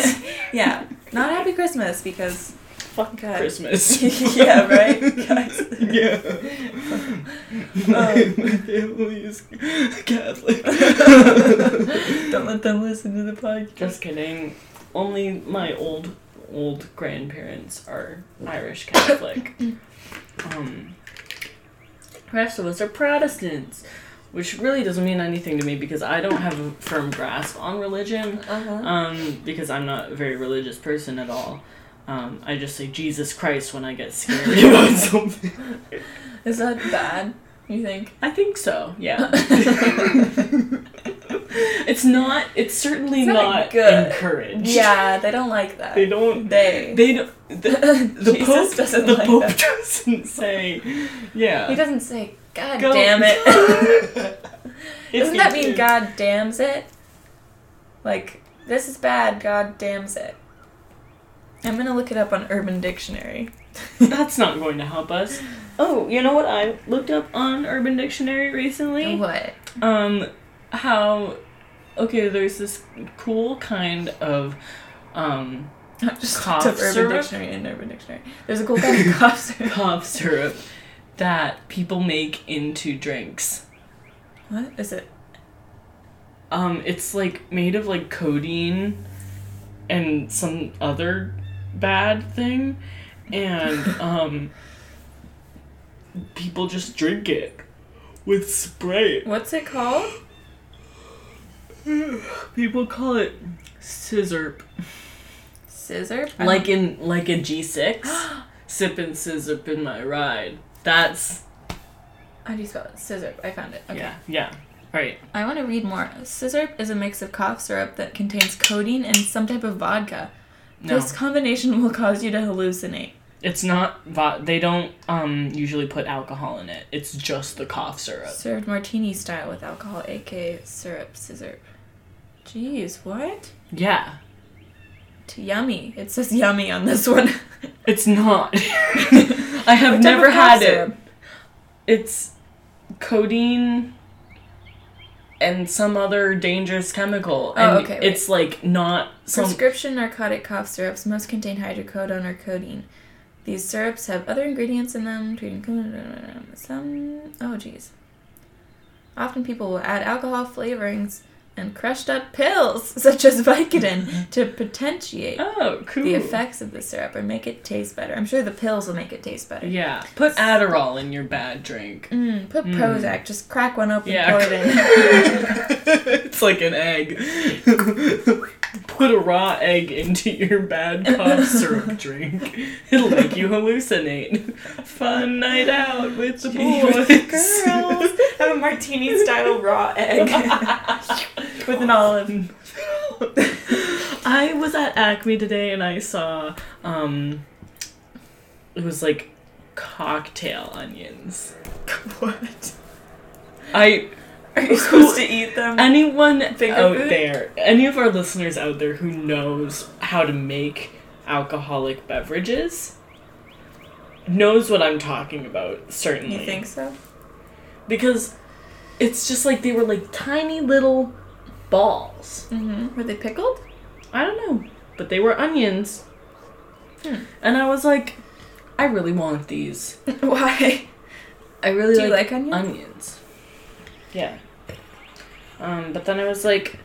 [SPEAKER 1] Yeah. Not happy Christmas because
[SPEAKER 2] Fuck
[SPEAKER 1] God.
[SPEAKER 2] Christmas.
[SPEAKER 1] *laughs* yeah,
[SPEAKER 2] *laughs*
[SPEAKER 1] right? Guys.
[SPEAKER 2] Yeah.
[SPEAKER 1] Um,
[SPEAKER 2] *laughs* My family is Catholic.
[SPEAKER 1] Don't let them listen to the podcast.
[SPEAKER 2] Just kidding. Only my old old grandparents are
[SPEAKER 1] *coughs*
[SPEAKER 2] Irish Catholic. um, rest of us are Protestants, which really doesn't mean anything to me because I don't have a firm grasp on religion.
[SPEAKER 1] Uh-huh.
[SPEAKER 2] Um, because I'm not a very religious person at all. Um, I just say Jesus Christ when I
[SPEAKER 1] *laughs*
[SPEAKER 2] get scared about something.
[SPEAKER 1] Is that bad? You think?
[SPEAKER 2] I think so.
[SPEAKER 1] *laughs*
[SPEAKER 2] Yeah. it's not. It's certainly
[SPEAKER 1] It's
[SPEAKER 2] not,
[SPEAKER 1] not good.
[SPEAKER 2] encouraged.
[SPEAKER 1] Yeah, they don't like that.
[SPEAKER 2] They don't.
[SPEAKER 1] They. *laughs*
[SPEAKER 2] They don't. The, the
[SPEAKER 1] Jesus
[SPEAKER 2] Pope
[SPEAKER 1] doesn't
[SPEAKER 2] The
[SPEAKER 1] like
[SPEAKER 2] Pope
[SPEAKER 1] that.
[SPEAKER 2] doesn't say. Yeah.
[SPEAKER 1] He doesn't say, God
[SPEAKER 2] Go."
[SPEAKER 1] damn *laughs*
[SPEAKER 2] *laughs*
[SPEAKER 1] it.
[SPEAKER 2] If
[SPEAKER 1] Doesn't
[SPEAKER 2] he
[SPEAKER 1] that mean
[SPEAKER 2] did-
[SPEAKER 1] God damns it? Like, this is bad, God damns it. I'm gonna look it up on Urban Dictionary.
[SPEAKER 2] That's not going to help us. Oh, you know what I looked up on Urban Dictionary recently?
[SPEAKER 1] What?
[SPEAKER 2] um how okay there's this cool kind of um *laughs*
[SPEAKER 1] I just
[SPEAKER 2] Cough
[SPEAKER 1] looked up Urban
[SPEAKER 2] syrup?
[SPEAKER 1] Dictionary and Urban Dictionary. There's a cool
[SPEAKER 2] *laughs*
[SPEAKER 1] kind of cough syrup.
[SPEAKER 2] cough syrup that people make into drinks
[SPEAKER 1] What is it?
[SPEAKER 2] um it's like made of like codeine and some other bad thing and um people just drink it with sprite
[SPEAKER 1] What's it called?
[SPEAKER 2] people call it scissor
[SPEAKER 1] Scissor?
[SPEAKER 2] like in like a G6,
[SPEAKER 1] *gasps*
[SPEAKER 2] sip and scissor in my ride. That's
[SPEAKER 1] How do you spell it? Scissor. I found it. Okay.
[SPEAKER 2] yeah, yeah, right.
[SPEAKER 1] I want to read more. Scissor is a mix of cough syrup that contains codeine and some type of vodka.
[SPEAKER 2] No,
[SPEAKER 1] This combination will cause you to hallucinate.
[SPEAKER 2] it's not. Vo- they don't um usually put alcohol in it. It's just the cough syrup.
[SPEAKER 1] Served martini style with alcohol, aka syrup, scissor. Jeez, what?
[SPEAKER 2] Yeah,
[SPEAKER 1] It's yummy. It says yummy on this one. *laughs*
[SPEAKER 2] it's not. *laughs* I have
[SPEAKER 1] What type
[SPEAKER 2] never
[SPEAKER 1] of cough
[SPEAKER 2] had it.
[SPEAKER 1] syrup?
[SPEAKER 2] It's codeine and some other dangerous chemical.
[SPEAKER 1] Oh,
[SPEAKER 2] and
[SPEAKER 1] okay, wait.
[SPEAKER 2] It's like not some.
[SPEAKER 1] Prescription narcotic cough syrups must contain hydrocodone or codeine. These syrups have other ingredients in them, treating some. Oh, geez. Often people will add alcohol flavorings and crushed up pills, *laughs* such as
[SPEAKER 2] *laughs*
[SPEAKER 1] Vicodin, to potentiate
[SPEAKER 2] oh, cool.
[SPEAKER 1] the effects of the syrup or make it taste better. I'm sure the pills will make it taste better.
[SPEAKER 2] Yeah, put Adderall in your bad drink.
[SPEAKER 1] Mm, put Prozac, just crack one open,
[SPEAKER 2] Yeah.
[SPEAKER 1] pour it in. *laughs*
[SPEAKER 2] *laughs* it's like an egg. *laughs* Put a raw egg into your bad cough syrup drink. It'll make you hallucinate. Fun night out with the boys.
[SPEAKER 1] Girls, *laughs* have a martini style raw egg *laughs* with an olive.
[SPEAKER 2] *laughs* I was at Acme today and I saw um it was like cocktail onions.
[SPEAKER 1] What?
[SPEAKER 2] I
[SPEAKER 1] Are you supposed to eat them?
[SPEAKER 2] anyone
[SPEAKER 1] Finger
[SPEAKER 2] out
[SPEAKER 1] food?
[SPEAKER 2] there, any of our listeners out there who knows how to make alcoholic beverages, knows what I'm talking about, certainly.
[SPEAKER 1] You think so?
[SPEAKER 2] Because it's just like they were like tiny little balls.
[SPEAKER 1] Mm-hmm. Were they pickled?
[SPEAKER 2] I don't know, but they were onions. Hmm. And I was like, I really want these.
[SPEAKER 1] *laughs* Why?
[SPEAKER 2] I really
[SPEAKER 1] Do you like onions?
[SPEAKER 2] onions. Yeah. Um, but then I was like,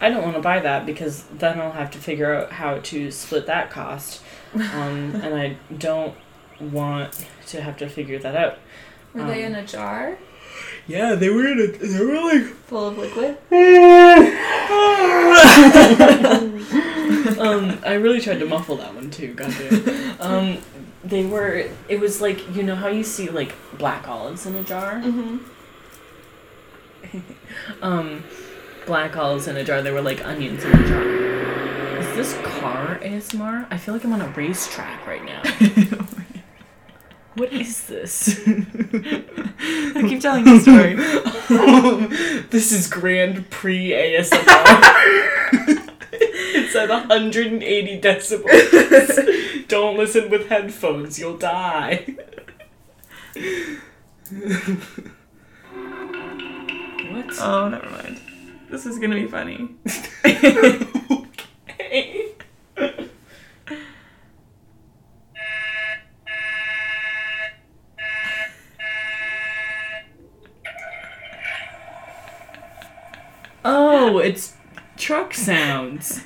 [SPEAKER 2] I don't want to buy that because then I'll have to figure out how to split that cost. Um, and I don't want to have to figure that out.
[SPEAKER 1] Were they
[SPEAKER 2] Um,
[SPEAKER 1] in a jar
[SPEAKER 2] Yeah, they were in a, they were like *laughs*
[SPEAKER 1] full of *laughs* liquid?
[SPEAKER 2] um,
[SPEAKER 1] Mm-hmm.
[SPEAKER 2] I really tried to muffle that one too. Goddamn. Um, they were. It was like you know how you see like black olives in a jar.
[SPEAKER 1] Mm-hmm.
[SPEAKER 2] Um, black olives in a jar. They were like onions in a jar. Is this car ASMR? I feel like I'm on a racetrack right *laughs* now. what is *laughs* this?
[SPEAKER 1] I keep telling the story.
[SPEAKER 2] *laughs* this is Grand Prix ASMR. *laughs* it's at 180 *laughs* decibels. Don't listen with headphones, you'll *laughs* die. what?
[SPEAKER 1] oh, never mind. This is gonna be funny. *laughs*
[SPEAKER 2] okay. *laughs* Oh, it's truck sounds.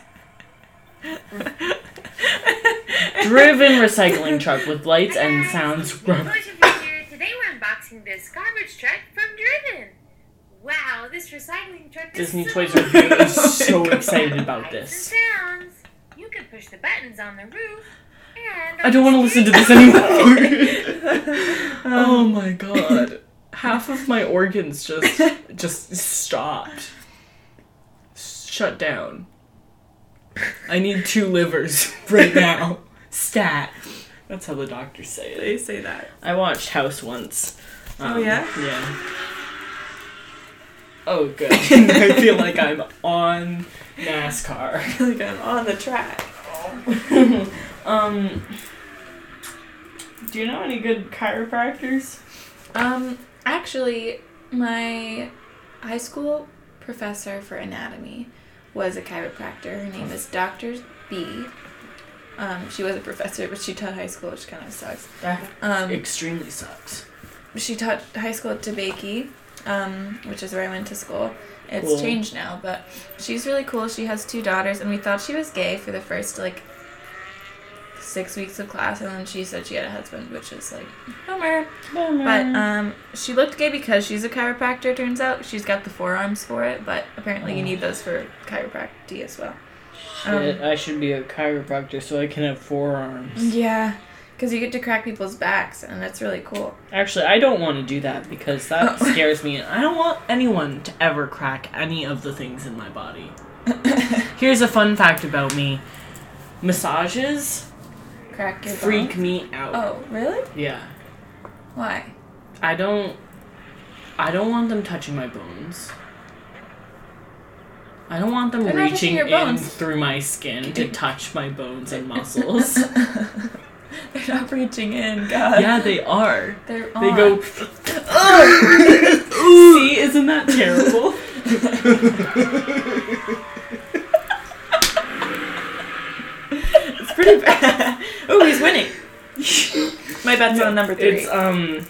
[SPEAKER 2] Driven recycling truck with lights and sounds.
[SPEAKER 5] Both of you here. Today we're unboxing this garbage truck from Driven. Wow, this recycling truck is
[SPEAKER 2] Disney
[SPEAKER 5] so
[SPEAKER 2] Toys R Us
[SPEAKER 1] Oh
[SPEAKER 2] is so
[SPEAKER 1] my God.
[SPEAKER 2] excited about
[SPEAKER 5] Lights
[SPEAKER 2] this.
[SPEAKER 5] and sounds. You can push the buttons on the roof. And
[SPEAKER 2] I don't want to listen to this anymore. oh my god. Half of my organs just just stopped. Shut down. I need two livers *laughs* right now. Stat. That's how the doctors say it.
[SPEAKER 1] They say that.
[SPEAKER 2] I watched House once. Um,
[SPEAKER 1] yeah?
[SPEAKER 2] Yeah. Oh good. *laughs* I feel like I'm on NASCAR.
[SPEAKER 1] like I'm on the track.
[SPEAKER 2] um, do you know any good chiropractors?
[SPEAKER 1] Um, actually, my high school professor for anatomy was a chiropractor. Her name is Dr. B. Um, she was a professor, but she taught high school, which kind of sucks.
[SPEAKER 2] That
[SPEAKER 1] Um,
[SPEAKER 2] extremely sucks.
[SPEAKER 1] she taught high school at Debakey, um, which is where I went to school. It's
[SPEAKER 2] Cool.
[SPEAKER 1] changed now, but she's really cool. She has two daughters, and we thought she was gay for the first like six weeks of class, and then she said she had a husband, which is like bummer.
[SPEAKER 2] Hmm.
[SPEAKER 1] But um, she looked gay because she's a chiropractor. Turns out she's got the forearms for it, but apparently you need those for chiropractic as well.
[SPEAKER 2] Hmm.
[SPEAKER 1] Um,
[SPEAKER 2] Shit, I should be a chiropractor so I can have forearms.
[SPEAKER 1] Yeah, because you get to crack people's backs, and that's really cool.
[SPEAKER 2] Actually, I don't want to do that because that
[SPEAKER 1] *laughs* Oh.
[SPEAKER 2] scares me. I don't want anyone to ever crack any of the things in
[SPEAKER 1] *laughs*
[SPEAKER 2] my body. Here's a fun fact about me massages
[SPEAKER 1] Crack your
[SPEAKER 2] freak
[SPEAKER 1] bone.
[SPEAKER 2] me out.
[SPEAKER 1] Oh, really?
[SPEAKER 2] Yeah.
[SPEAKER 1] Why? *laughs*
[SPEAKER 2] I don't. I don't want them touching my bones. I don't want them
[SPEAKER 1] They're not touching
[SPEAKER 2] reaching
[SPEAKER 1] your
[SPEAKER 2] in
[SPEAKER 1] bones.
[SPEAKER 2] through my skin
[SPEAKER 1] *laughs*
[SPEAKER 2] to touch my bones and muscles.
[SPEAKER 1] They're not reaching in, God.
[SPEAKER 2] yeah, they are.
[SPEAKER 1] They're
[SPEAKER 2] They
[SPEAKER 1] on.
[SPEAKER 2] go. *laughs* See, isn't
[SPEAKER 1] *laughs*
[SPEAKER 2] that terrible?
[SPEAKER 1] It's pretty bad. oh, he's
[SPEAKER 2] *laughs*
[SPEAKER 1] winning. My bet's on number three.
[SPEAKER 2] It's um.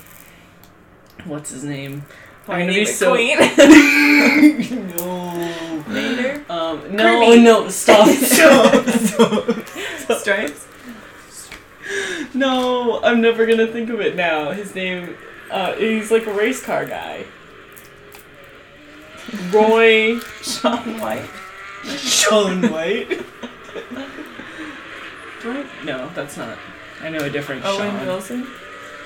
[SPEAKER 2] What's his name?
[SPEAKER 1] Why
[SPEAKER 2] I'm gonna
[SPEAKER 1] Oh, need
[SPEAKER 2] be
[SPEAKER 1] the
[SPEAKER 2] so- *laughs*
[SPEAKER 1] queen?
[SPEAKER 2] No.
[SPEAKER 1] Later.
[SPEAKER 2] Um. No.
[SPEAKER 1] Kirby. *laughs*
[SPEAKER 2] No. Stop. Stop. Stop.
[SPEAKER 1] Stripes.
[SPEAKER 2] No, I'm never gonna think of it now. His name, uh, he's like a race car guy. Roy
[SPEAKER 1] Sean White.
[SPEAKER 2] Sean White. Do I? No, that's not. I know a different
[SPEAKER 1] Owen
[SPEAKER 2] Sean.
[SPEAKER 1] Wilson.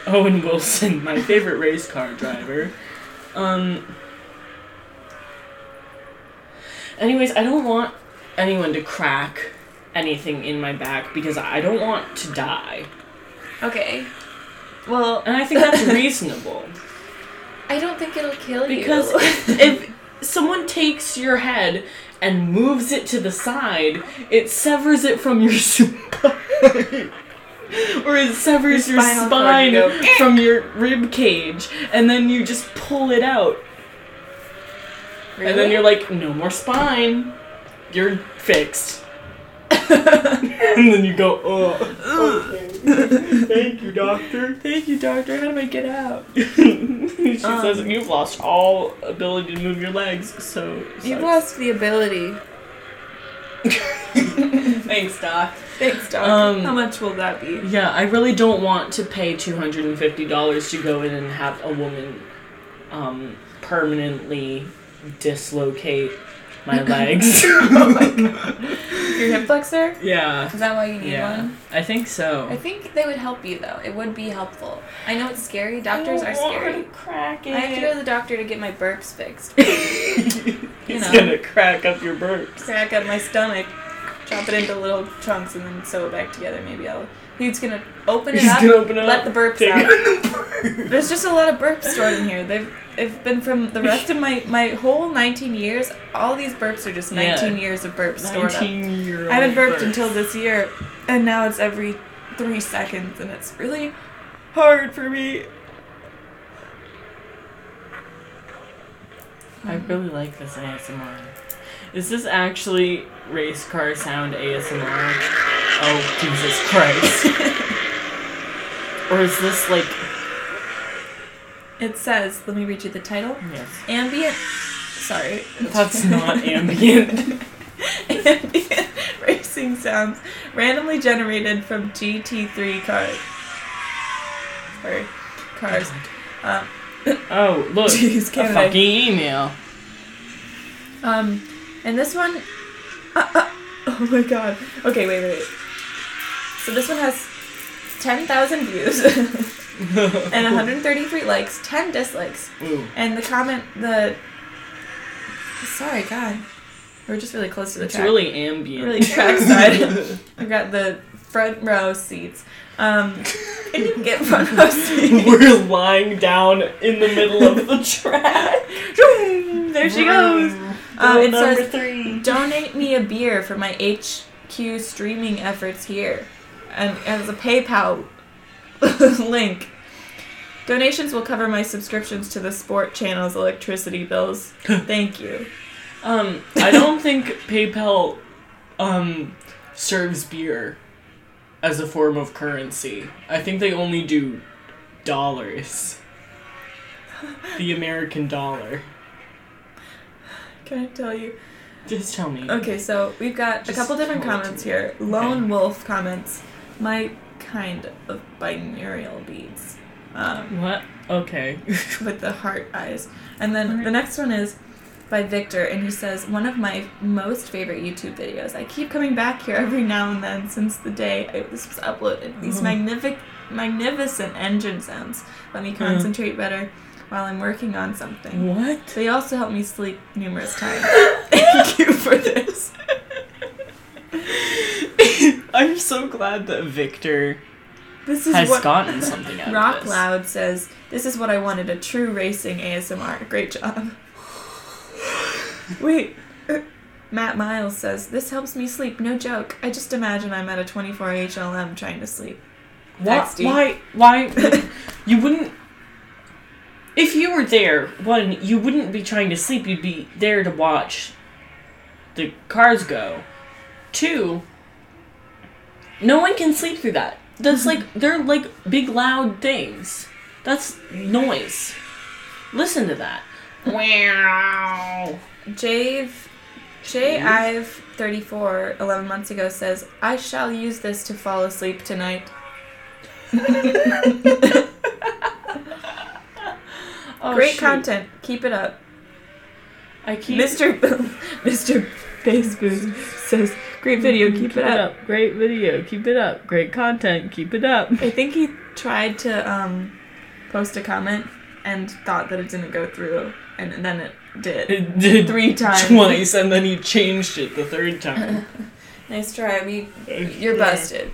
[SPEAKER 2] Owen Wilson, my favorite race car driver. Um. Anyways, I don't want anyone to crack anything in my back because I don't want to die.
[SPEAKER 1] Okay. Well,
[SPEAKER 2] And I think that's reasonable.
[SPEAKER 1] I don't think it'll kill you. *laughs*
[SPEAKER 2] Because *laughs* if, if someone takes your head and moves it to the side, it severs it from your *laughs* spine. or it severs your,
[SPEAKER 1] Your spinal cord,
[SPEAKER 2] spine
[SPEAKER 1] you go,
[SPEAKER 2] from your rib cage, and then you just pull it out.
[SPEAKER 1] really? *laughs*
[SPEAKER 2] And then you're like, no more spine. You're fixed. and then you go, oh. okay. Thank you, doctor.
[SPEAKER 4] Thank you, doctor. How do I get out?
[SPEAKER 2] *laughs* she
[SPEAKER 1] Um,
[SPEAKER 2] says, You've lost all ability to move your legs, so. it
[SPEAKER 1] You've
[SPEAKER 2] sucks."
[SPEAKER 1] lost the ability.
[SPEAKER 2] Thanks, Doc.
[SPEAKER 1] Thanks, Doc.
[SPEAKER 2] Um,
[SPEAKER 1] How much will that be?
[SPEAKER 2] Yeah, I really don't want to pay $250 to go in and have a woman um, permanently dislocate
[SPEAKER 1] *laughs*
[SPEAKER 2] my legs.
[SPEAKER 1] *laughs* Your hip flexor?
[SPEAKER 2] yeah.
[SPEAKER 1] Is that why you need
[SPEAKER 2] Yeah.
[SPEAKER 1] one?
[SPEAKER 2] I think so.
[SPEAKER 1] I think they would help you though. It would be helpful. I know it's scary. Doctors are
[SPEAKER 2] Oh,
[SPEAKER 1] scary.
[SPEAKER 2] Crack
[SPEAKER 1] I have to go to the doctor to get my burps fixed.
[SPEAKER 2] He's
[SPEAKER 1] know.
[SPEAKER 2] gonna crack up your burps.
[SPEAKER 1] Crack up my stomach, chop it into little chunks, and then sew it back together. Maybe I'll. He's gonna open it
[SPEAKER 2] He's
[SPEAKER 1] up.
[SPEAKER 2] gonna open it
[SPEAKER 1] let
[SPEAKER 2] up.
[SPEAKER 1] the burps
[SPEAKER 2] Take
[SPEAKER 1] out.
[SPEAKER 2] it.
[SPEAKER 1] There's just a lot of burps stored in here. They've they've been from the rest of my my whole 19 years. All these burps are just 19
[SPEAKER 2] Yeah.
[SPEAKER 1] years of burps stored up.
[SPEAKER 2] 19 year old.
[SPEAKER 1] I haven't burped until this year, and now it's every three seconds, and it's really hard for me.
[SPEAKER 2] I really like this ASMR. Is this actually race car sound ASMR? Oh, Jesus
[SPEAKER 1] *laughs*
[SPEAKER 2] Christ. or is this like.
[SPEAKER 1] It says, let me read you the title.
[SPEAKER 2] Yes.
[SPEAKER 1] Ambient. Sorry.
[SPEAKER 2] That's not
[SPEAKER 1] *laughs*
[SPEAKER 2] ambient.
[SPEAKER 1] ambient *laughs* racing sounds randomly generated from GT3 cars. Or cars. Um,
[SPEAKER 2] Oh, look.
[SPEAKER 1] *laughs* Jeez,
[SPEAKER 2] a
[SPEAKER 1] Canada.
[SPEAKER 2] fucking email.
[SPEAKER 1] Um, and this one, uh, uh, oh my god. Okay, wait, wait, wait. So this one has 10,000 views *laughs* and 133 likes, 10 dislikes,
[SPEAKER 2] Ooh.
[SPEAKER 1] and the comment, the. Sorry, God, we're just really close to the
[SPEAKER 2] It's
[SPEAKER 1] track.
[SPEAKER 2] really ambient.
[SPEAKER 1] really
[SPEAKER 2] *laughs*
[SPEAKER 1] trackside. I got the front row seats. Um, I didn't get front row seats. *laughs*
[SPEAKER 2] *laughs* We're lying down in the middle of the track.
[SPEAKER 1] there she goes. Um,
[SPEAKER 2] Rule
[SPEAKER 1] it
[SPEAKER 2] number
[SPEAKER 1] says-
[SPEAKER 2] three.
[SPEAKER 1] donate me a beer for my HQ streaming efforts here, and as a PayPal *laughs* link. Donations will cover my subscriptions to the sport channel's electricity
[SPEAKER 2] *laughs*
[SPEAKER 1] bills. Thank you.
[SPEAKER 2] Um, I don't think PayPal um serves beer as a form of currency. I think they only do dollars. The American dollar.
[SPEAKER 1] Can I tell you?
[SPEAKER 2] Just tell me.
[SPEAKER 1] Okay, so we've got
[SPEAKER 2] Just
[SPEAKER 1] a couple different
[SPEAKER 2] tell it to
[SPEAKER 1] comments
[SPEAKER 2] me.
[SPEAKER 1] here. Lone wolf comments. My kind of binaural beats. Um, *laughs*
[SPEAKER 2] What? Okay. *laughs*
[SPEAKER 1] with the heart eyes. And then the next one is by Victor, and he says, One of my most favorite YouTube videos. I keep coming back here every now and then since the day I, this was uploaded. These
[SPEAKER 2] Oh.
[SPEAKER 1] magnific- magnificent engine sounds let me concentrate better while I'm working on something.
[SPEAKER 2] What?
[SPEAKER 1] They also help me sleep numerous times. Thank you for
[SPEAKER 2] *laughs*
[SPEAKER 1] this.
[SPEAKER 2] *laughs* I'm so glad that Victor
[SPEAKER 1] This is
[SPEAKER 2] has
[SPEAKER 1] what
[SPEAKER 2] gotten something out
[SPEAKER 1] Rock
[SPEAKER 2] of this.
[SPEAKER 1] Loud says, This is what I wanted a true racing ASMR. Great
[SPEAKER 2] *sighs*
[SPEAKER 1] job. Wait. er, Matt Miles says, This helps me sleep, no joke. I just imagine I'm at a 24 HLM trying to sleep.
[SPEAKER 2] Why?
[SPEAKER 1] Texty.
[SPEAKER 2] Why?
[SPEAKER 1] *laughs*
[SPEAKER 2] Why? you wouldn't. If you were there, one, you wouldn't be trying to sleep. You'd be there to watch the cars go. Two, no one can sleep through that. That's
[SPEAKER 1] *laughs*
[SPEAKER 2] like they're like big loud things. That's noise. Listen to that. Wow.
[SPEAKER 1] Jave. Jay Ive 34, 11 months ago, says, I shall use this to fall asleep tonight.
[SPEAKER 2] Oh,
[SPEAKER 1] Great
[SPEAKER 2] shoot.
[SPEAKER 1] content. Keep it up.
[SPEAKER 2] I
[SPEAKER 1] *laughs*
[SPEAKER 2] keep
[SPEAKER 1] Mr. Mr. Baseboos says, Great
[SPEAKER 2] *laughs* Mm-hmm.
[SPEAKER 1] video, keep, it up.
[SPEAKER 2] Great video. Keep it up. Great content. Keep it up.
[SPEAKER 1] I think he tried to um, post a comment and thought that it didn't go through, and then it did.
[SPEAKER 2] It did
[SPEAKER 1] Three times.
[SPEAKER 2] Twice, and then he changed it the third time.
[SPEAKER 1] Nice try. We, *laughs* you're busted.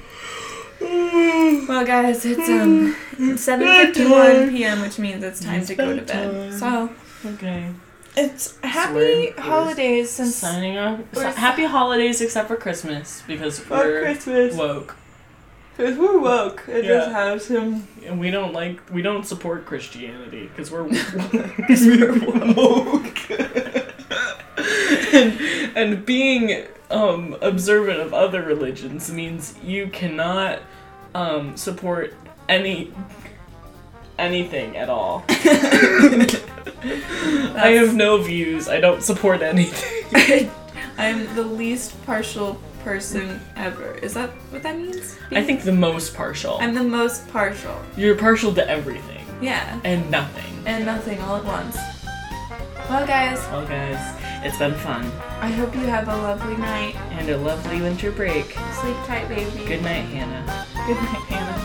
[SPEAKER 1] Well, guys, it's um
[SPEAKER 2] Hmm.
[SPEAKER 1] 7:51 p.m., which means it's time to go to bed. So
[SPEAKER 2] okay.
[SPEAKER 1] it's
[SPEAKER 2] we're- we're
[SPEAKER 1] since
[SPEAKER 2] Signing off.
[SPEAKER 1] We're
[SPEAKER 2] si-
[SPEAKER 1] s-
[SPEAKER 2] happy holidays, except for Christmas, because we're
[SPEAKER 4] Christmas.
[SPEAKER 2] woke
[SPEAKER 4] Because we're woke in
[SPEAKER 2] this
[SPEAKER 4] house. some
[SPEAKER 2] and we don't like we don't support Christianity because we're *laughs* because we're woke. and and being um, observant of other religions means you cannot um, support any anything at all. I have no views. I don't support anything.
[SPEAKER 1] *laughs* I'm the least partial person ever. Is that what that means?
[SPEAKER 2] I think the most partial.
[SPEAKER 1] I'm the most partial.
[SPEAKER 2] You're partial to everything
[SPEAKER 1] Yeah.
[SPEAKER 2] and nothing.
[SPEAKER 1] And nothing all at once. Well, guys,
[SPEAKER 2] Well, guys, it's been fun
[SPEAKER 1] I hope you have a lovely night.
[SPEAKER 2] and a lovely winter break.
[SPEAKER 1] Sleep tight, baby.
[SPEAKER 2] Good night, Hannah.
[SPEAKER 1] Good night, Hannah.